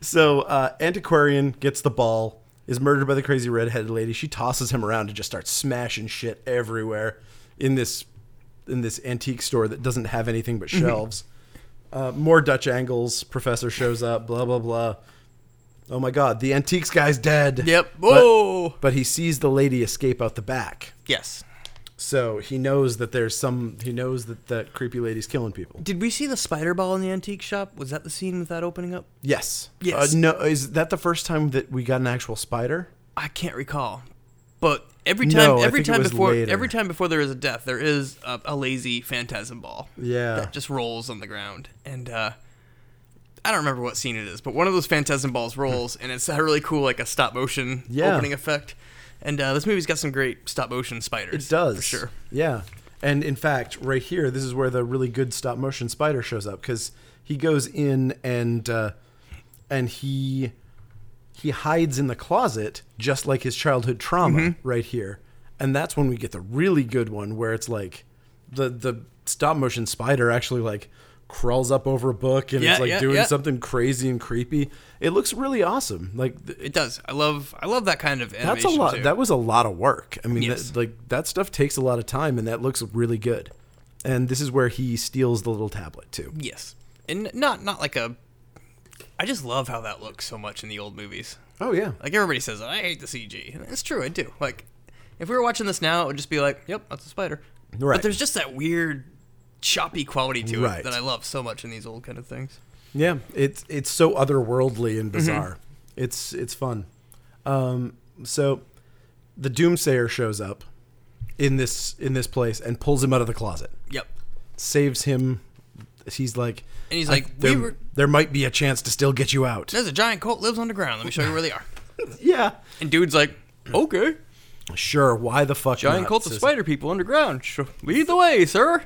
A: so uh, Antiquarian gets the ball, is murdered by the crazy redheaded lady. She tosses him around and just starts smashing shit everywhere in this in this antique store that doesn't have anything but
B: Mm-hmm.
A: shelves. Uh, more Dutch angles. Professor shows up. Blah blah blah. Oh my God! The antiques guy's dead.
B: Yep.
A: But-
B: Whoa.
A: but he sees the lady escape out the back.
B: Yes.
A: So he knows that there's some. He knows that that creepy lady's killing people.
B: Did we see the spider ball in the antique shop? Was that the scene with that opening up?
A: Yes.
B: Yes.
A: Uh, no. Is that the first time that we got an actual spider?
B: I can't recall. But every time,
A: No, I
B: every
A: think it
B: time
A: was
B: before,
A: later.
B: every time before there is a death, there is a, a lazy phantasm ball.
A: Yeah.
B: that just rolls on the ground, and uh, I don't remember what scene it is, but one of those phantasm balls rolls, and it's a really cool, like a stop motion
A: Yeah.
B: opening effect. And uh, this movie's got some great stop motion spiders.
A: It does.
B: for sure.
A: Yeah. And in fact, right here, this is where the really good stop motion spider shows up because he goes in and uh, and he he hides in the closet just like his childhood trauma
B: Mm-hmm.
A: right here, and that's when we get the really good one where it's like the the stop motion spider actually like crawls up over a book and
B: Yeah,
A: it's like
B: yeah,
A: doing
B: yeah.
A: something crazy and creepy. It looks really awesome. Like th-
B: It does. I love. I love that kind of animation.
A: that's a lot.
B: too.
A: That was a lot of work. I mean,
B: Yes.
A: that, like that stuff takes a lot of time, and that looks really good. And this is where he steals the little tablet too.
B: yes, and not not like a. I just love how that looks so much in the old movies.
A: Oh yeah,
B: Like everybody says, I hate the CG. And it's true, I do. Like, if we were watching this now, it would just be like, yep, that's a spider.
A: Right.
B: But there's just that weird, choppy quality to
A: Right.
B: it that I love so much in these old kind of things.
A: yeah. It's it's so otherworldly
B: Mm-hmm.
A: and bizarre. It's it's fun. Um, so the Doomsayer shows up in this in this place and pulls him out of the closet,
B: Yep.
A: saves him. He's like,
B: And he's
A: "I-
B: like,
A: there,
B: we were.
A: there might be a chance to still get you out.
B: There's a giant cult lives on the ground. Let me show you where they are.
A: Yeah,
B: And dude's like, okay,
A: sure. Why the fuck?
B: giant
A: not?
B: cult of
A: Says-
B: spider people underground. Sh- Lead the way, sir.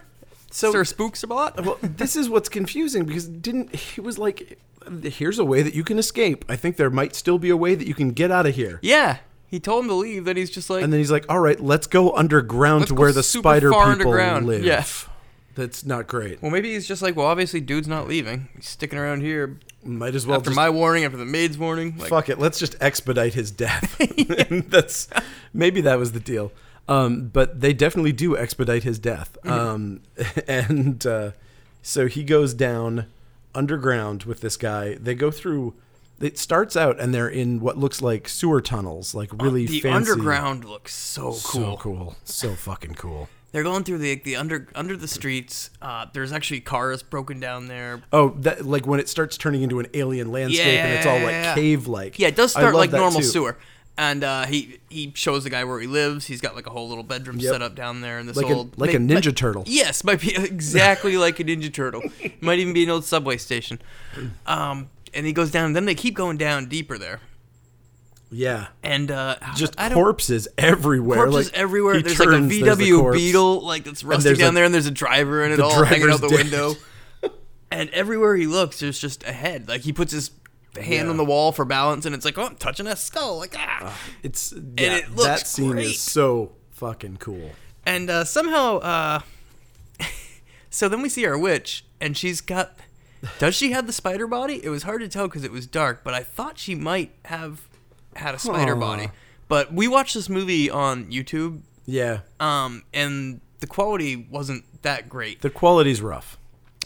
B: So, sir spooks a lot.
A: well, this is what's confusing because it didn't he was like, here's a way that you can escape. I think there might still be a way that you can get out of here.
B: yeah. He told him to leave. Then he's just like,
A: And then he's like, all right, let's go underground
B: Let's
A: to
B: go
A: where the
B: super
A: spider
B: far
A: people
B: underground."
A: live.
B: Yeah.
A: That's not great.
B: well, maybe he's just like, well, obviously, dude's not leaving. He's sticking around here.
A: Might as well
B: after
A: just
B: my warning, after the maid's warning, like,
A: fuck it. Let's just expedite his death. And that's maybe that was the deal. Um, but they definitely do expedite his death.
B: Mm-hmm.
A: Um, and uh, so he goes down underground with this guy. They go through. It starts out and they're in what looks like sewer tunnels, like really
B: Oh, the
A: fancy.
B: underground looks so cool.
A: So cool. So fucking cool.
B: They're going through the the under under the streets. Uh, there's actually cars broken down there.
A: Oh, that like when it starts turning into an alien landscape and it's all like
B: Yeah.
A: cave like.
B: Yeah, it does start like normal sewer. And uh, he he shows the guy where he lives. He's got like a whole little bedroom
A: Yep.
B: set up down there in this
A: Like,
B: old
A: a, like a
B: may-
A: Ninja Turtle.
B: Yes, might be exactly like a Ninja Turtle. Might even be an old subway station. Um, and he goes down. And then they keep going down deeper there.
A: Yeah.
B: And uh,
A: just
B: I don't,
A: corpses everywhere.
B: corpses
A: like,
B: everywhere.
A: he
B: There's
A: turns,
B: like
A: there's
B: a
A: the
B: VW
A: corpse.
B: Beetle like that's rusty
A: there's
B: down
A: a-
B: there, and there's a driver in it all hanging out the
A: driver's dead.
B: window. and everywhere he looks, there's just a head. Like he puts his hand
A: Yeah.
B: on the wall for balance, and it's like, oh, I'm touching a skull. Like ah.
A: It's yeah,
B: it looks
A: that scene
B: great.
A: is so fucking cool.
B: And uh, somehow, uh, so then we see our witch, and she's got. Does she have the spider body? It was hard to tell because it was dark, but I thought she might have had a spider
A: Huh.
B: body. But we watched this movie on YouTube
A: Yeah,
B: um, and the quality wasn't that great.
A: the quality's rough.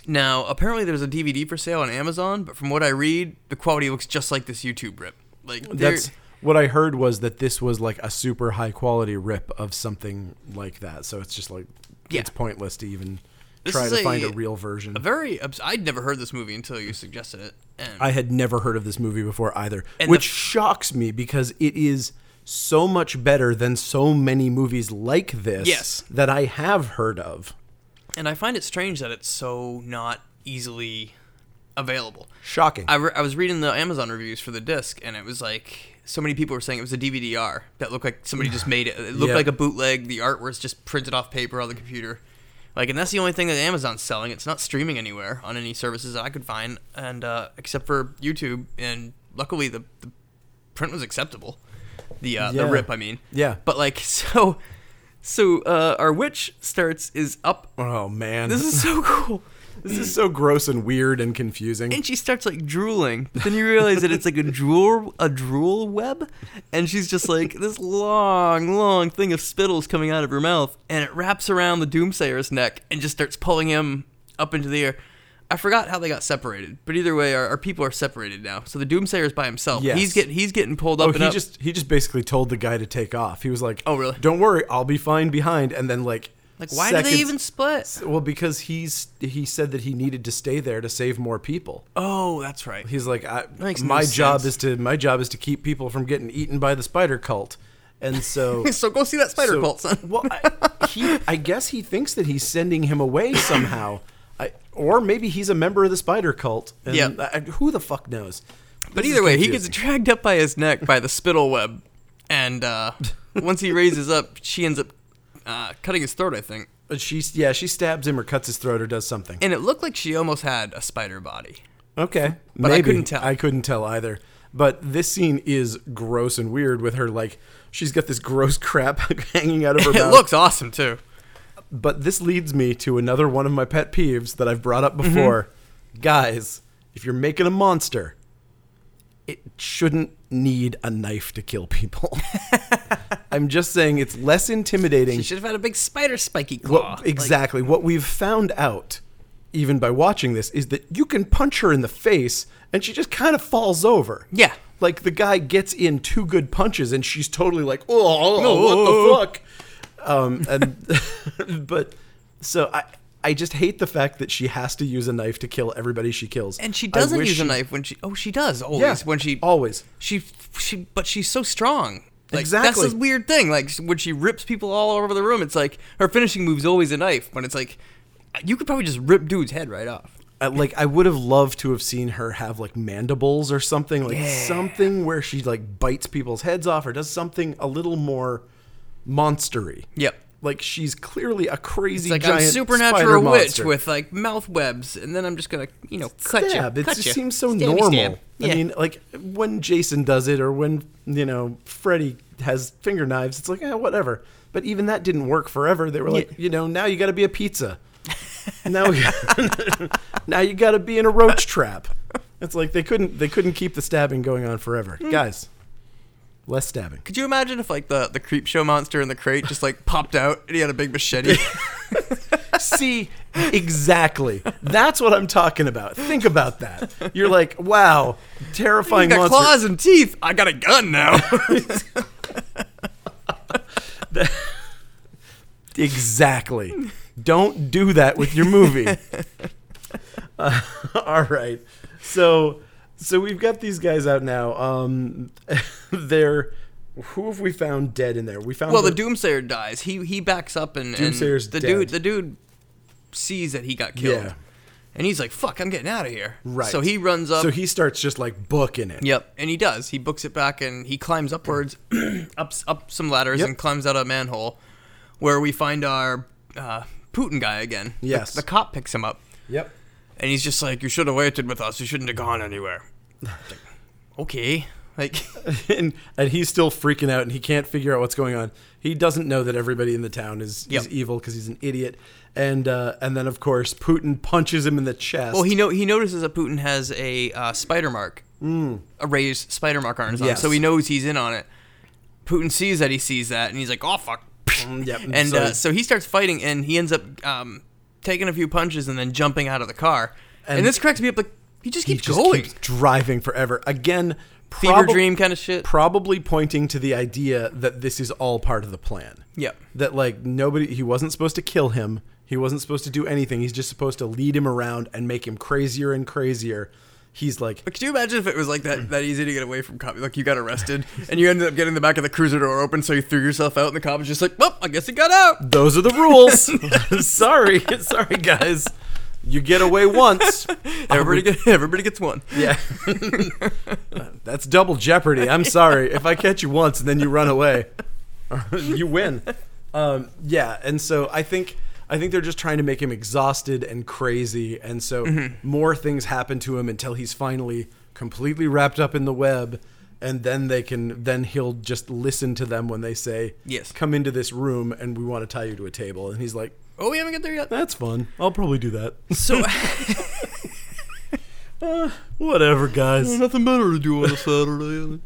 B: Now, apparently, there's a DVD for sale on Amazon, but from what I read, the quality looks just like this YouTube rip. Like there-
A: That's what I heard was that this was like a super high quality rip of something like that. So it's just like
B: Yeah.
A: it's pointless to even
B: This
A: try
B: is
A: to
B: a-
A: find a real version.
B: a very. Obs- I'd never heard this movie until you suggested it. And
A: I had never heard of this movie before either,
B: And
A: which
B: the-
A: shocks me because it is so much better than so many movies like this
B: Yes.
A: that I have heard of.
B: and I find it strange that it's so not easily available.
A: Shocking.
B: I, re- I was reading the Amazon reviews for the disc, and it was like so many people were saying it was a DVD-R that looked like somebody just made it. It looked
A: Yeah.
B: like a bootleg. The art was just printed off paper on the computer, like, and that's the only thing that Amazon's selling. It's not streaming anywhere on any services that I could find, and uh, except for YouTube. And luckily, the, the print was acceptable. The uh,
A: Yeah.
B: the rip, I mean.
A: Yeah.
B: But like so, so uh, our witch starts is up
A: oh man,
B: this is so cool.
A: This is so gross and weird and confusing.
B: and she starts like drooling. But then you realize that it's like a drool a drool web, and she's just like this long, long thing of spittles coming out of her mouth, and it wraps around the doomsayer's neck and just starts pulling him up into the air. I forgot how they got separated, but either way, our, our people are separated now. So the doomsayer's by himself.
A: Yes.
B: He's getting he's getting pulled up
A: Oh,
B: and
A: he
B: up.
A: just he just basically told the guy to take off. He was like,
B: Oh, really?
A: Don't worry, I'll be fine behind." And then like,
B: like why do
A: seconds-
B: they even split?
A: Well, because he's he said that he needed to stay there to save more people.
B: Oh, that's right.
A: He's like, I,
B: makes no
A: my job
B: sense.
A: is to my job is to keep people from getting eaten by the spider cult, and so
B: So go see that spider
A: so-
B: cult, son.
A: well, I, he I guess he thinks that he's sending him away somehow, I, or maybe he's a member of the spider cult. And
B: Yeah.
A: I, who the fuck knows?
B: But
A: This is
B: either way, he gets
A: confusing.
B: dragged up by his neck by the spittle web, and uh, once he raises up, she ends up uh, cutting his throat, I think.
A: But She yeah, she stabs him or cuts his throat or does something.
B: And it looked like she almost had a spider body.
A: Okay,
B: But I
A: maybe.
B: couldn't tell.
A: I couldn't tell either. But this scene is gross and weird with her like she's got this gross crap hanging out of her
B: It
A: mouth.
B: looks awesome too.
A: But this leads me to another one of my pet peeves that I've brought up before. Guys, if you're making a monster, it shouldn't need a knife to kill people. I'm just saying it's less intimidating
B: She should have had a big spider spiky
A: what,
B: claw. Like,
A: exactly. what we've found out, even by watching this, is that you can punch her in the face and she just kind of falls over.
B: Yeah.
A: Like the guy gets in two good punches and she's totally like, oh, what the fuck? Um, and, but so I, I just hate the fact that she has to use a knife to kill everybody she kills.
B: and she
A: I
B: doesn't
A: wish
B: use a
A: she-
B: knife when she. Oh, she does always
A: Yeah,
B: when she.
A: always.
B: She she. But she's so strong. Like,
A: Exactly.
B: That's the weird thing. Like when she rips people all over the room, it's like her finishing move's always a knife. But it's like you could probably just rip dude's head right off.
A: I, like I would have loved to have seen her have like mandibles or something like something where she like bites people's heads off or does something a little more monstery.
B: Yep.
A: Like she's clearly a crazy
B: It's like I'm
A: giant spider
B: supernatural witch
A: monster.
B: with like mouth webs, and then I'm just gonna you know cut you.
A: stab. It
B: cut
A: just
B: ya.
A: seems so
B: Stabby
A: normal.
B: stab.
A: I
B: Yeah.
A: mean, like when Jason does it or when you know Freddy has finger knives, it's like eh, whatever. But even that didn't work forever. They were like, you know, now you got to be a pizza. now, we- now you got to be in a roach trap. It's like they couldn't they couldn't keep the stabbing going on forever,
B: Hmm.
A: guys. Less stabbing.
B: Could you imagine if like the the creep show monster in the crate just like popped out and he had a big machete?
A: See, exactly. That's what I'm talking about. Think about that. You're like, wow,
B: I
A: terrifying
B: got
A: monster.
B: claws and teeth. I got a gun now.
A: Exactly. Don't do that with your movie. Uh, all right. So so we've got these guys out now. Um they're who have we found dead in there? We found
B: well, the doomsayer dies. He he backs up and, and
A: Doomsayer's
B: the
A: dead.
B: dude the dude sees that he got killed.
A: Yeah.
B: And he's like, "Fuck, I'm getting out of here."
A: Right.
B: So he runs up.
A: So he starts just like booking it.
B: Yep, and he does. He books it back, and he climbs upwards, up up some ladders,
A: Yep.
B: and climbs out a manhole, where we find our uh, Putin guy again. The-
A: Yes.
B: the, cop picks him up,
A: Yep.
B: and he's just like, "You should have waited with us. You shouldn't have gone anywhere." Like, okay, like
A: and and he's still freaking out and he can't figure out what's going on. He doesn't know that everybody in the town is,
B: Yep.
A: is evil because he's an idiot. And uh, and then of course Putin punches him in the chest.
B: Well, he know he notices that Putin has a uh, spider mark, a raised spider mark on his arm,
A: Yes.
B: so he knows he's in on it. Putin sees that he sees that, and he's like, "Oh fuck!"
A: yep,
B: and
A: so-
B: so, uh, so he starts fighting, and he ends up um, taking a few punches and then jumping out of the car. And,
A: And
B: this cracks me up. Like he just
A: he
B: keeps
A: just
B: going,
A: keeps driving forever. Again,
B: fever
A: probab-
B: dream kind of shit.
A: probably pointing to the idea that this is all part of the plan.
B: Yep.
A: That like nobody he wasn't supposed to kill him. He wasn't supposed to do anything. He's just supposed to lead him around and make him crazier and crazier. He's like
B: But could you imagine if it was like that, that easy to get away from cop? Like you got arrested and you ended up getting the back of the cruiser door open, so you threw yourself out, and the cop was just like, "Well, I guess he got out."
A: those are the rules. sorry. Sorry guys. You get away once.
B: Everybody, get, everybody gets one.
A: Yeah. That's double jeopardy. I'm sorry. If I catch you once and then you run away, you win. Um, yeah, and so I think I think they're just trying to make him exhausted and crazy, and so more things happen to him until he's finally completely wrapped up in the web, and then they can then he'll just listen to them when they say,
B: Yes.
A: come into this room and we want to tie you to a table," and he's like,
B: Oh, we haven't got there yet.
A: That's fun. I'll probably do that.
F: So
A: Whatever, guys.
B: Nothing better to do on a Saturday.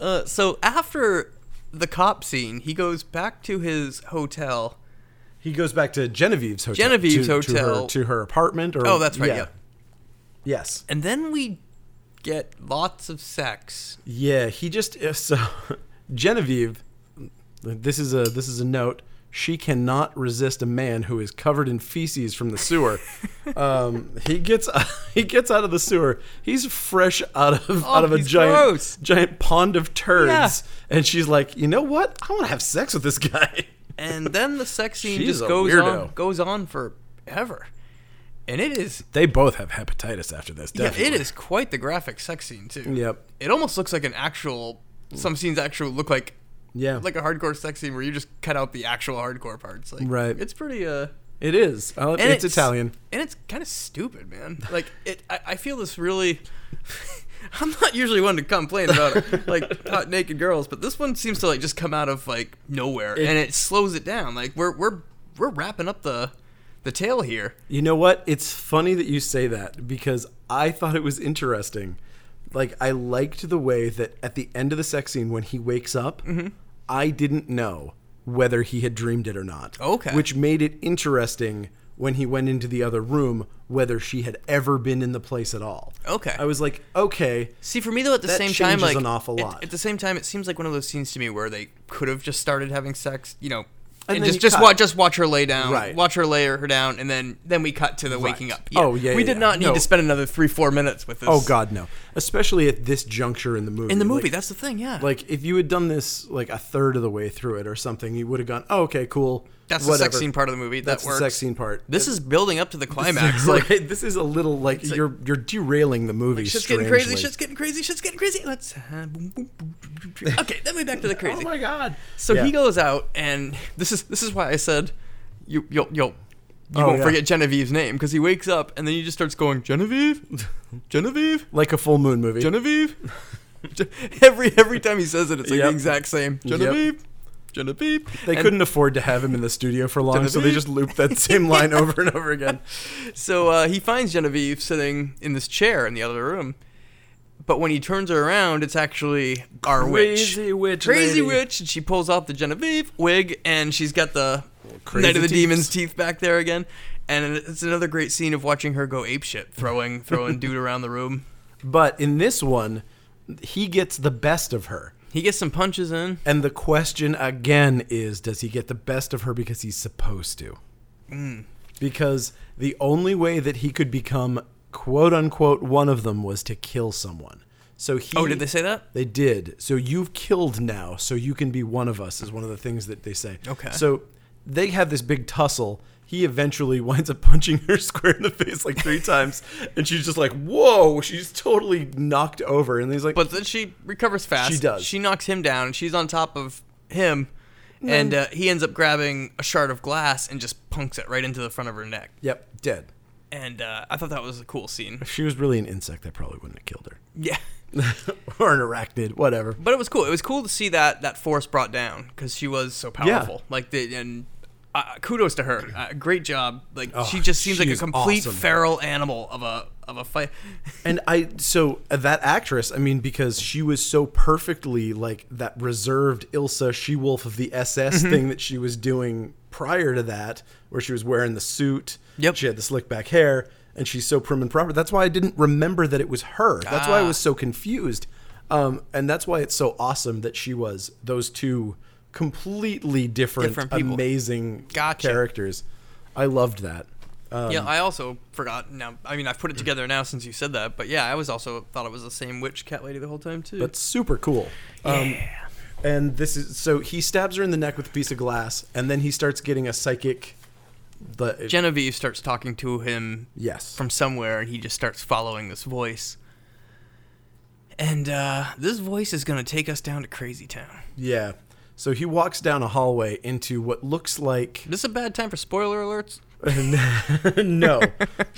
B: uh, so after the cop scene, he goes back to his hotel.
A: He goes back to Genevieve's hotel.
B: Genevieve's
A: to, To her,
B: hotel.
A: to her apartment. Or,
B: Oh, that's right.
A: Yeah.
B: Yeah.
A: Yes.
B: And then we get lots of sex.
A: Yeah. He just uh, so Genevieve. This is a this is a note. She cannot resist a man who is covered in feces from the sewer. um, he gets he gets out of the sewer. He's fresh out of out of a
B: Oh, he's
A: giant
B: gross.
A: giant pond of turds,
B: Yeah.
A: and she's like, you know what? I want to have sex with this guy.
B: And then the sex scene
A: She's
B: just
A: a
B: goes on
A: weirdo.
B: goes on forever. And it is
A: They both have hepatitis after this. Definitely.
B: yeah, it is quite the graphic sex scene too.
A: Yep.
B: It almost looks like an actual some scenes actually look like
A: Yeah.
B: like a hardcore sex scene where you just cut out the actual hardcore parts. Like
A: Right.
B: it's pretty uh
A: It is. Uh,
B: and
A: it's, Italian.
B: And it's kind of stupid, man. Like it, I, I feel this really. I'm not usually one to complain about like hot naked girls, but this one seems to like just come out of like nowhere, and it slows it down. Like we're we're we're wrapping up the the tale here.
A: You know what? It's funny that you say that because I thought it was interesting. Like I liked the way that at the end of the sex scene when he wakes up, I didn't know whether he had dreamed it or not.
B: Okay.
A: Which made it interesting when he went into the other room whether she had ever been in the place at all.
B: Okay.
A: I was like, okay,
B: See, for me though, at the
A: That
B: same time,
A: changes
B: like
A: an awful
B: at-
A: lot.
B: At, the same time, it seems like one of those scenes to me where they could have just started having sex, you know,
A: And
B: and,
A: then you
B: just just
A: cut.
B: watch just watch her lay down,
A: Right.
B: watch her lay her down, and then then we cut to the waking up.
A: Oh, yeah,
B: we
A: yeah,
B: did
A: yeah.
B: not need
A: No.
B: to spend another three four minutes with this.
A: oh god no. Especially at this juncture in the movie.
B: in the movie,
A: Like,
B: that's the thing, yeah.
A: Like if you had done this like a third of the way through it or something, you would have gone, "Oh, okay, cool."
B: that's the
A: whatever.
B: sex scene part of the movie.
A: That's
B: that works.
A: the sex scene part.
B: This is building up to the
A: Max,
B: climax. like
A: like this is a little like you're you're derailing the movie.
B: shit's
A: strangely.
B: getting crazy, shit's getting crazy, shit's getting crazy. Let's uh, boom, boom, boom, boom, boom. okay. Then we back to the crazy.
A: god!
B: So
A: Oh Yeah.
B: he goes out, and this is this is why I said you you'll you'll you
A: Oh,
B: won't
A: yeah.
B: forget Genevieve's name because he wakes up and then he just starts going Genevieve, Genevieve,
A: like a full moon movie.
B: Genevieve. Ge- every every time he says it, it's like
A: Yep.
B: the exact same Genevieve, Genevieve.
A: they
B: And
A: couldn't afford to have him in the studio for long, so they just looped that same line over and over again.
B: So uh, he finds Genevieve sitting in this chair in the other room, but when he turns her around, it's actually our
A: Crazy witch lady.
B: crazy witch, and she pulls off the Genevieve wig, and she's got the
A: crazy
B: Night of the
A: teeth.
B: Demons teeth back there again. And it's another great scene of watching her go apeshit, throwing throwing dude around the room.
A: But in this one, he gets the best of her.
B: He gets some punches in.
A: And the question again is does he get the best of her because he's supposed to?
B: Mm.
A: Because the only way that he could become quote unquote one of them was to kill someone. So he
B: Oh, did they say that?
A: They did. So you've killed now, so you can be one of us is one of the things that they say.
B: Okay.
A: So they have this big tussle. He eventually winds up punching her square in the face like three times, and she's just like, "Whoa!" She's totally knocked over, and he's like,
B: But then she recovers fast.
A: She does.
B: She knocks him down, and she's on top of him. And uh, he ends up grabbing a shard of glass and just punks it right into the front of her neck.
A: "Yep, dead."
B: And uh, I thought that was a cool scene.
A: If she was really an insect, that probably wouldn't have killed her.
B: Yeah.
A: or an arachnid, whatever.
B: But it was cool. It was cool to see that that force brought down because she was so powerful. Like the and uh, kudos to her. Uh, great job. Like
A: Oh,
B: she just seems
A: she
B: like a
A: is
B: complete
A: awesome.
B: feral animal of a of a fight.
A: And I, so uh, that actress, I mean, because she was so perfectly like that reserved Ilsa She Wolf of the
B: Mm-hmm.
A: SS thing that she was doing prior to that, where she was wearing the suit.
B: Yep.
A: She had the slick back hair, and she's so prim and proper. That's why I didn't remember that it was her. That's why I
B: Ah.
A: was so confused. Um, and that's why it's so awesome that she was those two completely different,
B: Different people.
A: amazing
B: Gotcha.
A: characters. I loved that. Um,
B: yeah, I also forgot. Now, I mean, I've put it together now since you said that. But yeah, I was also thought it was the same witch cat lady the whole time too.
A: That's super cool. Um, and this is so he stabs her in the neck with a piece of glass, and then he starts getting a psychic. The
B: Genevieve starts talking to him
A: yes,
B: from somewhere, and he just starts following this voice. And uh, this voice is gonna take us down to Crazy Town.
A: yeah. So he walks down a hallway into what looks like
B: This is a bad time for spoiler alerts.
A: no,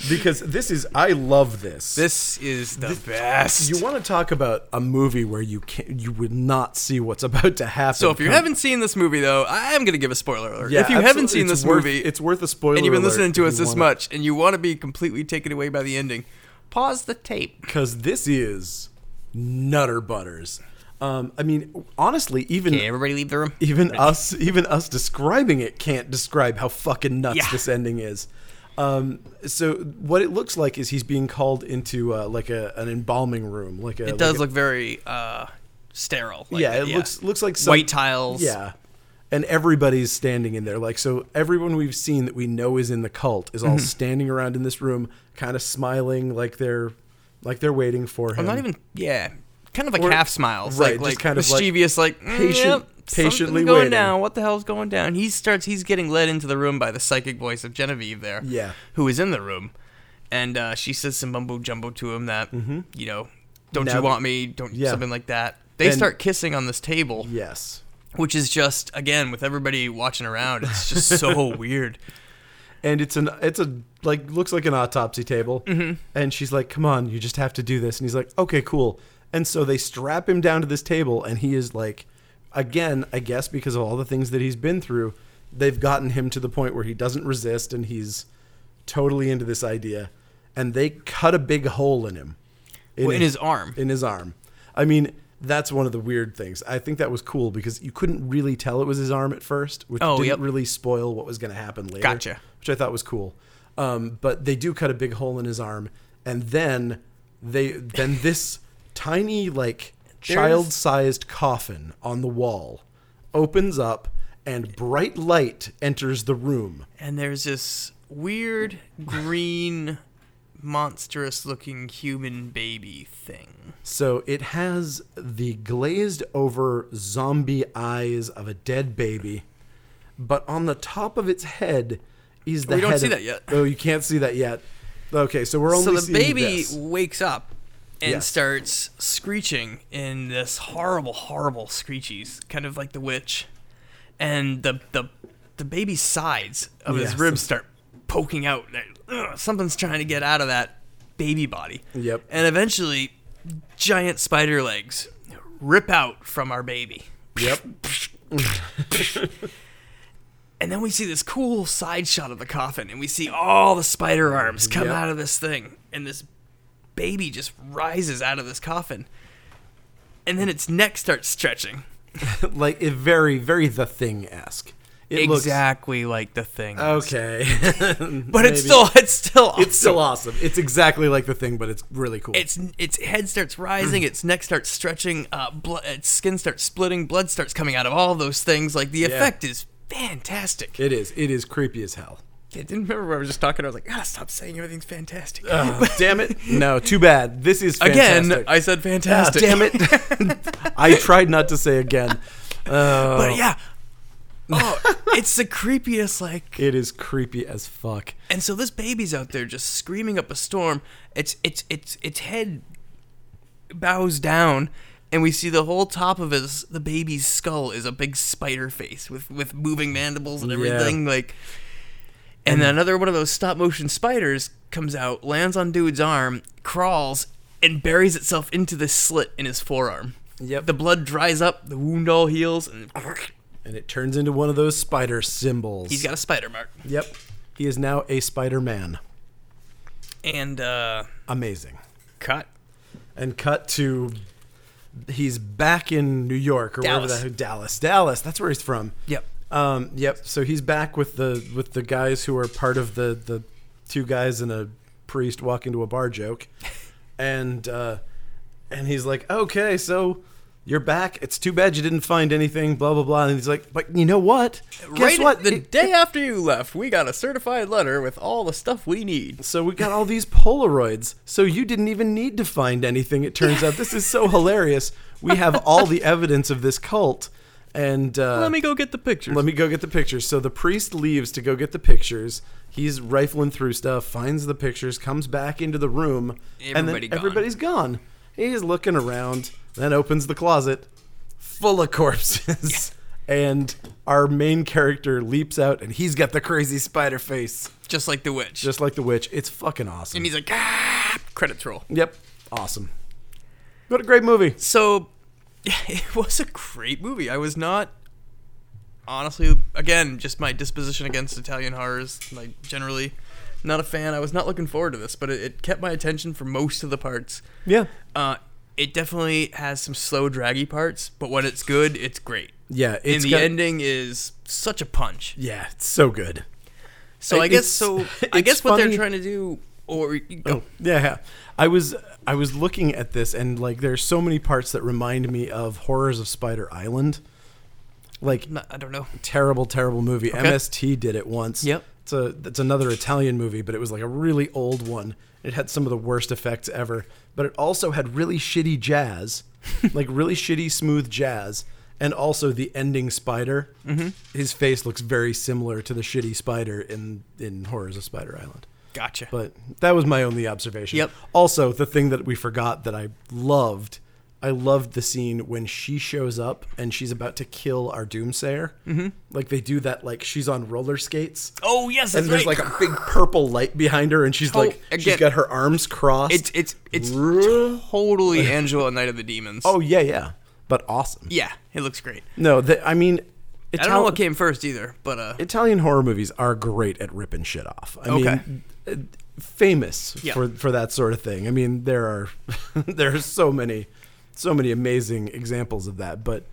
A: because this is I love this.
B: This is the best.
A: you want to talk about a movie where you can you would not see what's about to happen.
B: so if you
A: come-
B: haven't seen this movie, though, I am going to give a spoiler alert.
A: Yeah,
B: if you haven't
A: absolutely.
B: seen
A: It's
B: this
A: worth-
B: movie,
A: it's worth a spoiler.
B: and you've been
A: alert
B: listening to
A: if
B: us
A: you
B: this
A: wanna-
B: much, and you want to be completely taken away by the ending, pause the tape.
A: because this is Nutter Butters. Um, I mean, honestly, even
B: everybody leave the room.
A: even us even us describing it can't describe how fucking nuts
B: Yeah.
A: this ending is um, so what it looks like is he's being called into uh, like a, an embalming room like a
B: It does
A: like
B: look very uh, sterile.
A: a-
B: like
A: yeah
B: that,
A: it looks looks like some,
B: white tiles.
A: yeah and everybody's standing in there like so everyone we've seen that we know is in the cult is all
B: Mm-hmm.
A: standing around in this room kind of smiling like they're like they're waiting for him
B: I'm not even. Yeah, kind of like
A: Or-
B: half smiles,
A: right,
B: Like,
A: just
B: like
A: kind of like
B: mischievous, like, mm,
A: patient-
B: yep,
A: patiently
B: something's going
A: waiting.
B: down. What the hell's going down? He starts. He's getting led into the room by the psychic voice of Genevieve there.
A: Yeah.
B: who is in the room, and uh, she says some mumbo jumbo to him that you know,
A: Mm-hmm.
B: don't
A: Now-
B: you want me? Don't
A: Yeah.
B: something like that. They
A: And-
B: start kissing on this table,
A: yes
B: which is just again with everybody watching around. It's just so weird.
A: and it's an it's a like looks like an autopsy table
B: Mm-hmm.
A: and she's like come on you just have to do this and he's like okay cool and so they strap him down to this table and he is like again i guess because of all the things that he's been through they've gotten him to the point where he doesn't resist and he's totally into this idea and they cut a big hole in him
B: Well, in his arm.
A: in his arm i mean that's one of the weird things. I think that was cool because you couldn't really tell it was his arm at first, which
B: Oh,
A: didn't
B: yep.
A: really spoil what was going to happen later
B: Gotcha.
A: which I thought was cool. Um, but they do cut a big hole in his arm, and then they then this tiny like child-sized coffin on the wall opens up, and bright light enters the room.
B: and there's this weird green monstrous looking human baby thing
A: So it has the glazed over zombie eyes of a dead baby, but on the top of its head is the
B: We don't
A: head
B: see
A: of-
B: that yet.
A: Oh, you can't see that yet. Okay, so we're only
B: so the
A: seeing
B: baby
A: this.
B: wakes up and
A: Yes.
B: starts screeching in this horrible horrible screeches kind of like the witch and the the, the baby's sides of
A: Yes.
B: his ribs start poking out Ugh, something's trying to get out of that baby body
A: Yep.
B: and eventually giant spider legs rip out from our baby
A: Yep.
B: And then we see this cool side shot of the coffin, and we see all the spider arms come
A: Yep.
B: out of this thing, and this baby just rises out of this coffin. And then its neck starts stretching.
A: like it very very the thing esque. It
B: exactly like the thing.
A: looks okay,
B: but it's still it's still awesome.
A: it's still awesome. It's exactly like the thing, but it's really cool.
B: its its head starts rising, its neck starts stretching, uh, blo- its skin starts splitting, blood starts coming out of all those things. Like the effect is fantastic.
A: it is. It is creepy as hell.
B: I didn't remember where I was just talking. I was like, ah, stop saying everything's fantastic.
A: Uh, damn it! No, too bad. This is
B: Again,
A: fantastic.
B: I said
A: Ah,
B: fantastic.
A: damn it! I tried not to say again. Uh,
B: But yeah. Oh, it's the creepiest like
A: it is creepy as fuck.
B: and so this baby's out there just screaming up a storm. It's it's it's its head bows down and we see the whole top of his the baby's skull is a big spider face with with moving mandibles and everything like and then another one of those stop motion spiders comes out, lands on dude's arm, crawls and buries itself into this slit in his forearm.
A: Yep.
B: The blood dries up, the wound all heals and
A: And it turns into one of those spider symbols.
B: he's got a spider mark.
A: Yep. He is now a Spider Man.
B: and uh
A: Amazing.
B: cut
A: and cut to he's back in New York or
B: Dallas.
A: wherever that Dallas. Dallas, that's where he's from.
B: Yep.
A: Um, yep. So he's back with the with the guys who are part of the the two guys and a priest walk into a bar joke. And uh and he's like, "Okay, so you're back. It's too bad you didn't find anything, blah blah blah." And he's like, "But you know what? Guess
B: right
A: what?
B: the
A: It-
B: day after you left we got a certified letter with all the stuff we need
A: So we got all these Polaroids. So you didn't even need to find anything. It turns out this is so hilarious. We have all the evidence of this cult, and uh,
B: let me go get the pictures
A: let me go get the pictures. So the priest leaves to go get the pictures. He's rifling through stuff, finds the pictures, comes back into the room, and
B: Everybody
A: then
B: gone.
A: everybody's gone. He's looking around, then opens the closet full of corpses. And our main character leaps out, and he's got the crazy spider face.
B: just like the witch.
A: just like the witch. It's fucking awesome.
B: and he's like, ah, credits roll.
A: yep, awesome. What a great movie.
B: So it was a great movie. I was not honestly again just my disposition against Italian horrors. Like generally not a fan. I was not looking forward to this, but it, it kept my attention for most of the parts.
A: Yeah,
B: Uh, it definitely has some slow, draggy parts, but when it's good, it's great.
A: yeah.
B: and
A: It's
B: the
A: got-
B: ending is such a punch.
A: Yeah, it's so good.
B: So I,
A: It-
B: guess
A: it's-
B: so. I
A: it's
B: guess what
A: funny-
B: they're trying to do, or you go.
A: Oh, yeah, yeah. I was I was looking at this and like there's so many parts that remind me of Horrors of Spider Island. Like
B: No, I don't know.
A: terrible, terrible movie. MST did it once.
B: Yep.
A: It's a it's another Italian movie, but it was like a really old one. It had some of the worst effects ever, but it also had really shitty jazz, like really shitty smooth jazz, and also the ending spider. His face looks very similar to the shitty spider in in Horrors of Spider Island.
B: Gotcha.
A: But that was my only observation.
B: Yep.
A: Also, the thing that we forgot that I loved, I loved the scene when she shows up and she's about to kill our doomsayer. Mm-hmm. Like they do that, like she's on roller skates.
B: oh yes, that's
A: And there's
B: right.
A: like a big purple light behind her, and she's like, she's
B: again-
A: got her arms crossed.
B: it's it's it's
A: Ruh.
B: totally Angela Night of the Demons.
A: oh yeah, yeah, but awesome.
B: Yeah, it looks great.
A: No, the, I mean,
B: I don't know what came first either, but uh,
A: Italian horror movies are great at ripping shit off. I
B: Okay.
A: mean, uh, famous
B: Yeah.
A: for for that sort of thing. I mean, there are there are so many so many amazing examples of that, but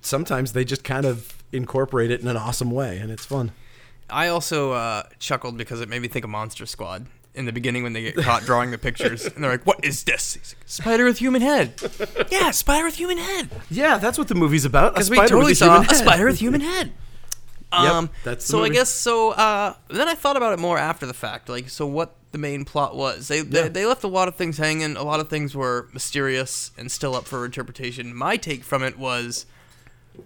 A: sometimes they just kind of incorporate it in an awesome way and it's fun.
B: I also uh, chuckled because it made me think of Monster Squad in the beginning when they get caught drawing the pictures and they're like, "What is this?" He's like, spider with human head. yeah, spider with human head.
A: Yeah, that's what the movie's about.
B: Because we totally saw a spider with human head. Um,
A: that's the
B: so I
A: movie.
B: guess so. Uh, then I thought about it more after the fact, like so what the main plot was. They they,
A: Yeah.
B: they left a lot of things hanging. A lot of things were mysterious and still up for interpretation. My take from it was,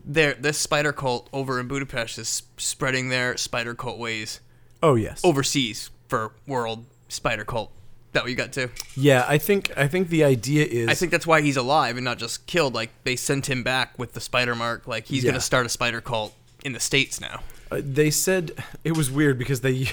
B: there this spider cult over in Budapest is spreading their spider cult ways
A: Oh yes.
B: overseas for world spider cult. That what you got to?
A: Yeah, I think I think the idea is
B: I think that's why he's alive and not just killed. Like they sent him back with the spider mark. Like he's
A: Yeah.
B: gonna start a spider cult in the states now.
A: Uh, they said it was weird because they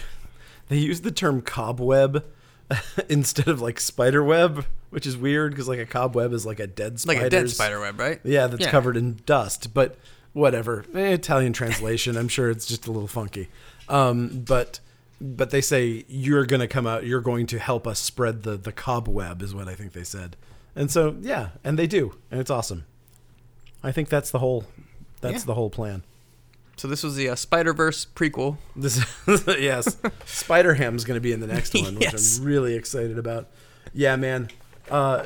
A: they used the term cobweb instead of like spider web, which is weird because like a cobweb is like a dead
B: Like
A: spider,
B: a dead spider web, right?
A: Yeah, that's covered in dust. But whatever, Eh, Italian translation. I'm sure it's just a little funky. Um, but but they say you're gonna come out. You're going to help us spread the the cobweb is what I think they said. And so yeah, and they do, and it's awesome. I think that's the whole that's
B: Yeah.
A: the whole plan.
B: So this was the uh, Spider Verse prequel.
A: This yes, Spider Ham's going to be in the next one, which
B: Yes.
A: I'm really excited about. Yeah, man, uh,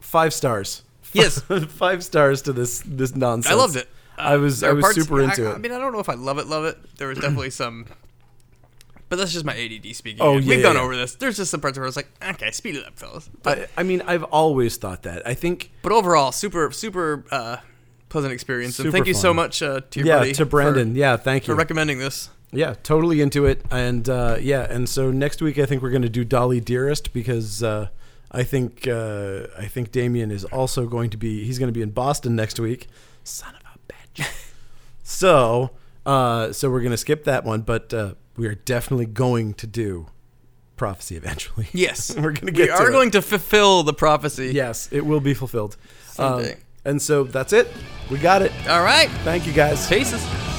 A: five stars.
B: Yes.
A: five stars to this this nonsense.
B: I loved it. Uh,
A: I was
B: there
A: I
B: are
A: was
B: parts-
A: super
B: I-
A: into
B: I,
A: it.
B: mean, I don't know if I love it, love it. There was definitely some, but that's just my ADD speaking.
A: Oh,
B: here.
A: yeah,
B: we've
A: yeah,
B: gone
A: yeah.
B: over this. There's just some parts where I was like, okay, speed it up, fellas. But
A: I, I mean, I've always thought that. I think
B: but overall, super super uh, pleasant experience.
A: Super
B: and thank you so
A: fun.
B: much uh, to your
A: yeah
B: buddy
A: to Brandon.
B: for,
A: yeah, thank
B: for
A: you.
B: recommending this.
A: yeah, totally into it. And uh, yeah, and so next week I think we're going to do Dolly Dearest because. Uh, I think uh, I think Damien is also going to be he's going to be in Boston next week. Son of a bitch. So, uh, so we're gonna skip that one, but uh, we are definitely going to do prophecy eventually.
B: Yes,
A: We're gonna get
B: We are
A: to it.
B: going to fulfill the prophecy.
A: yes, it will be fulfilled.
B: Someday.
A: and so that's it. We got it.
B: All right.
A: Thank you guys.
B: Paces.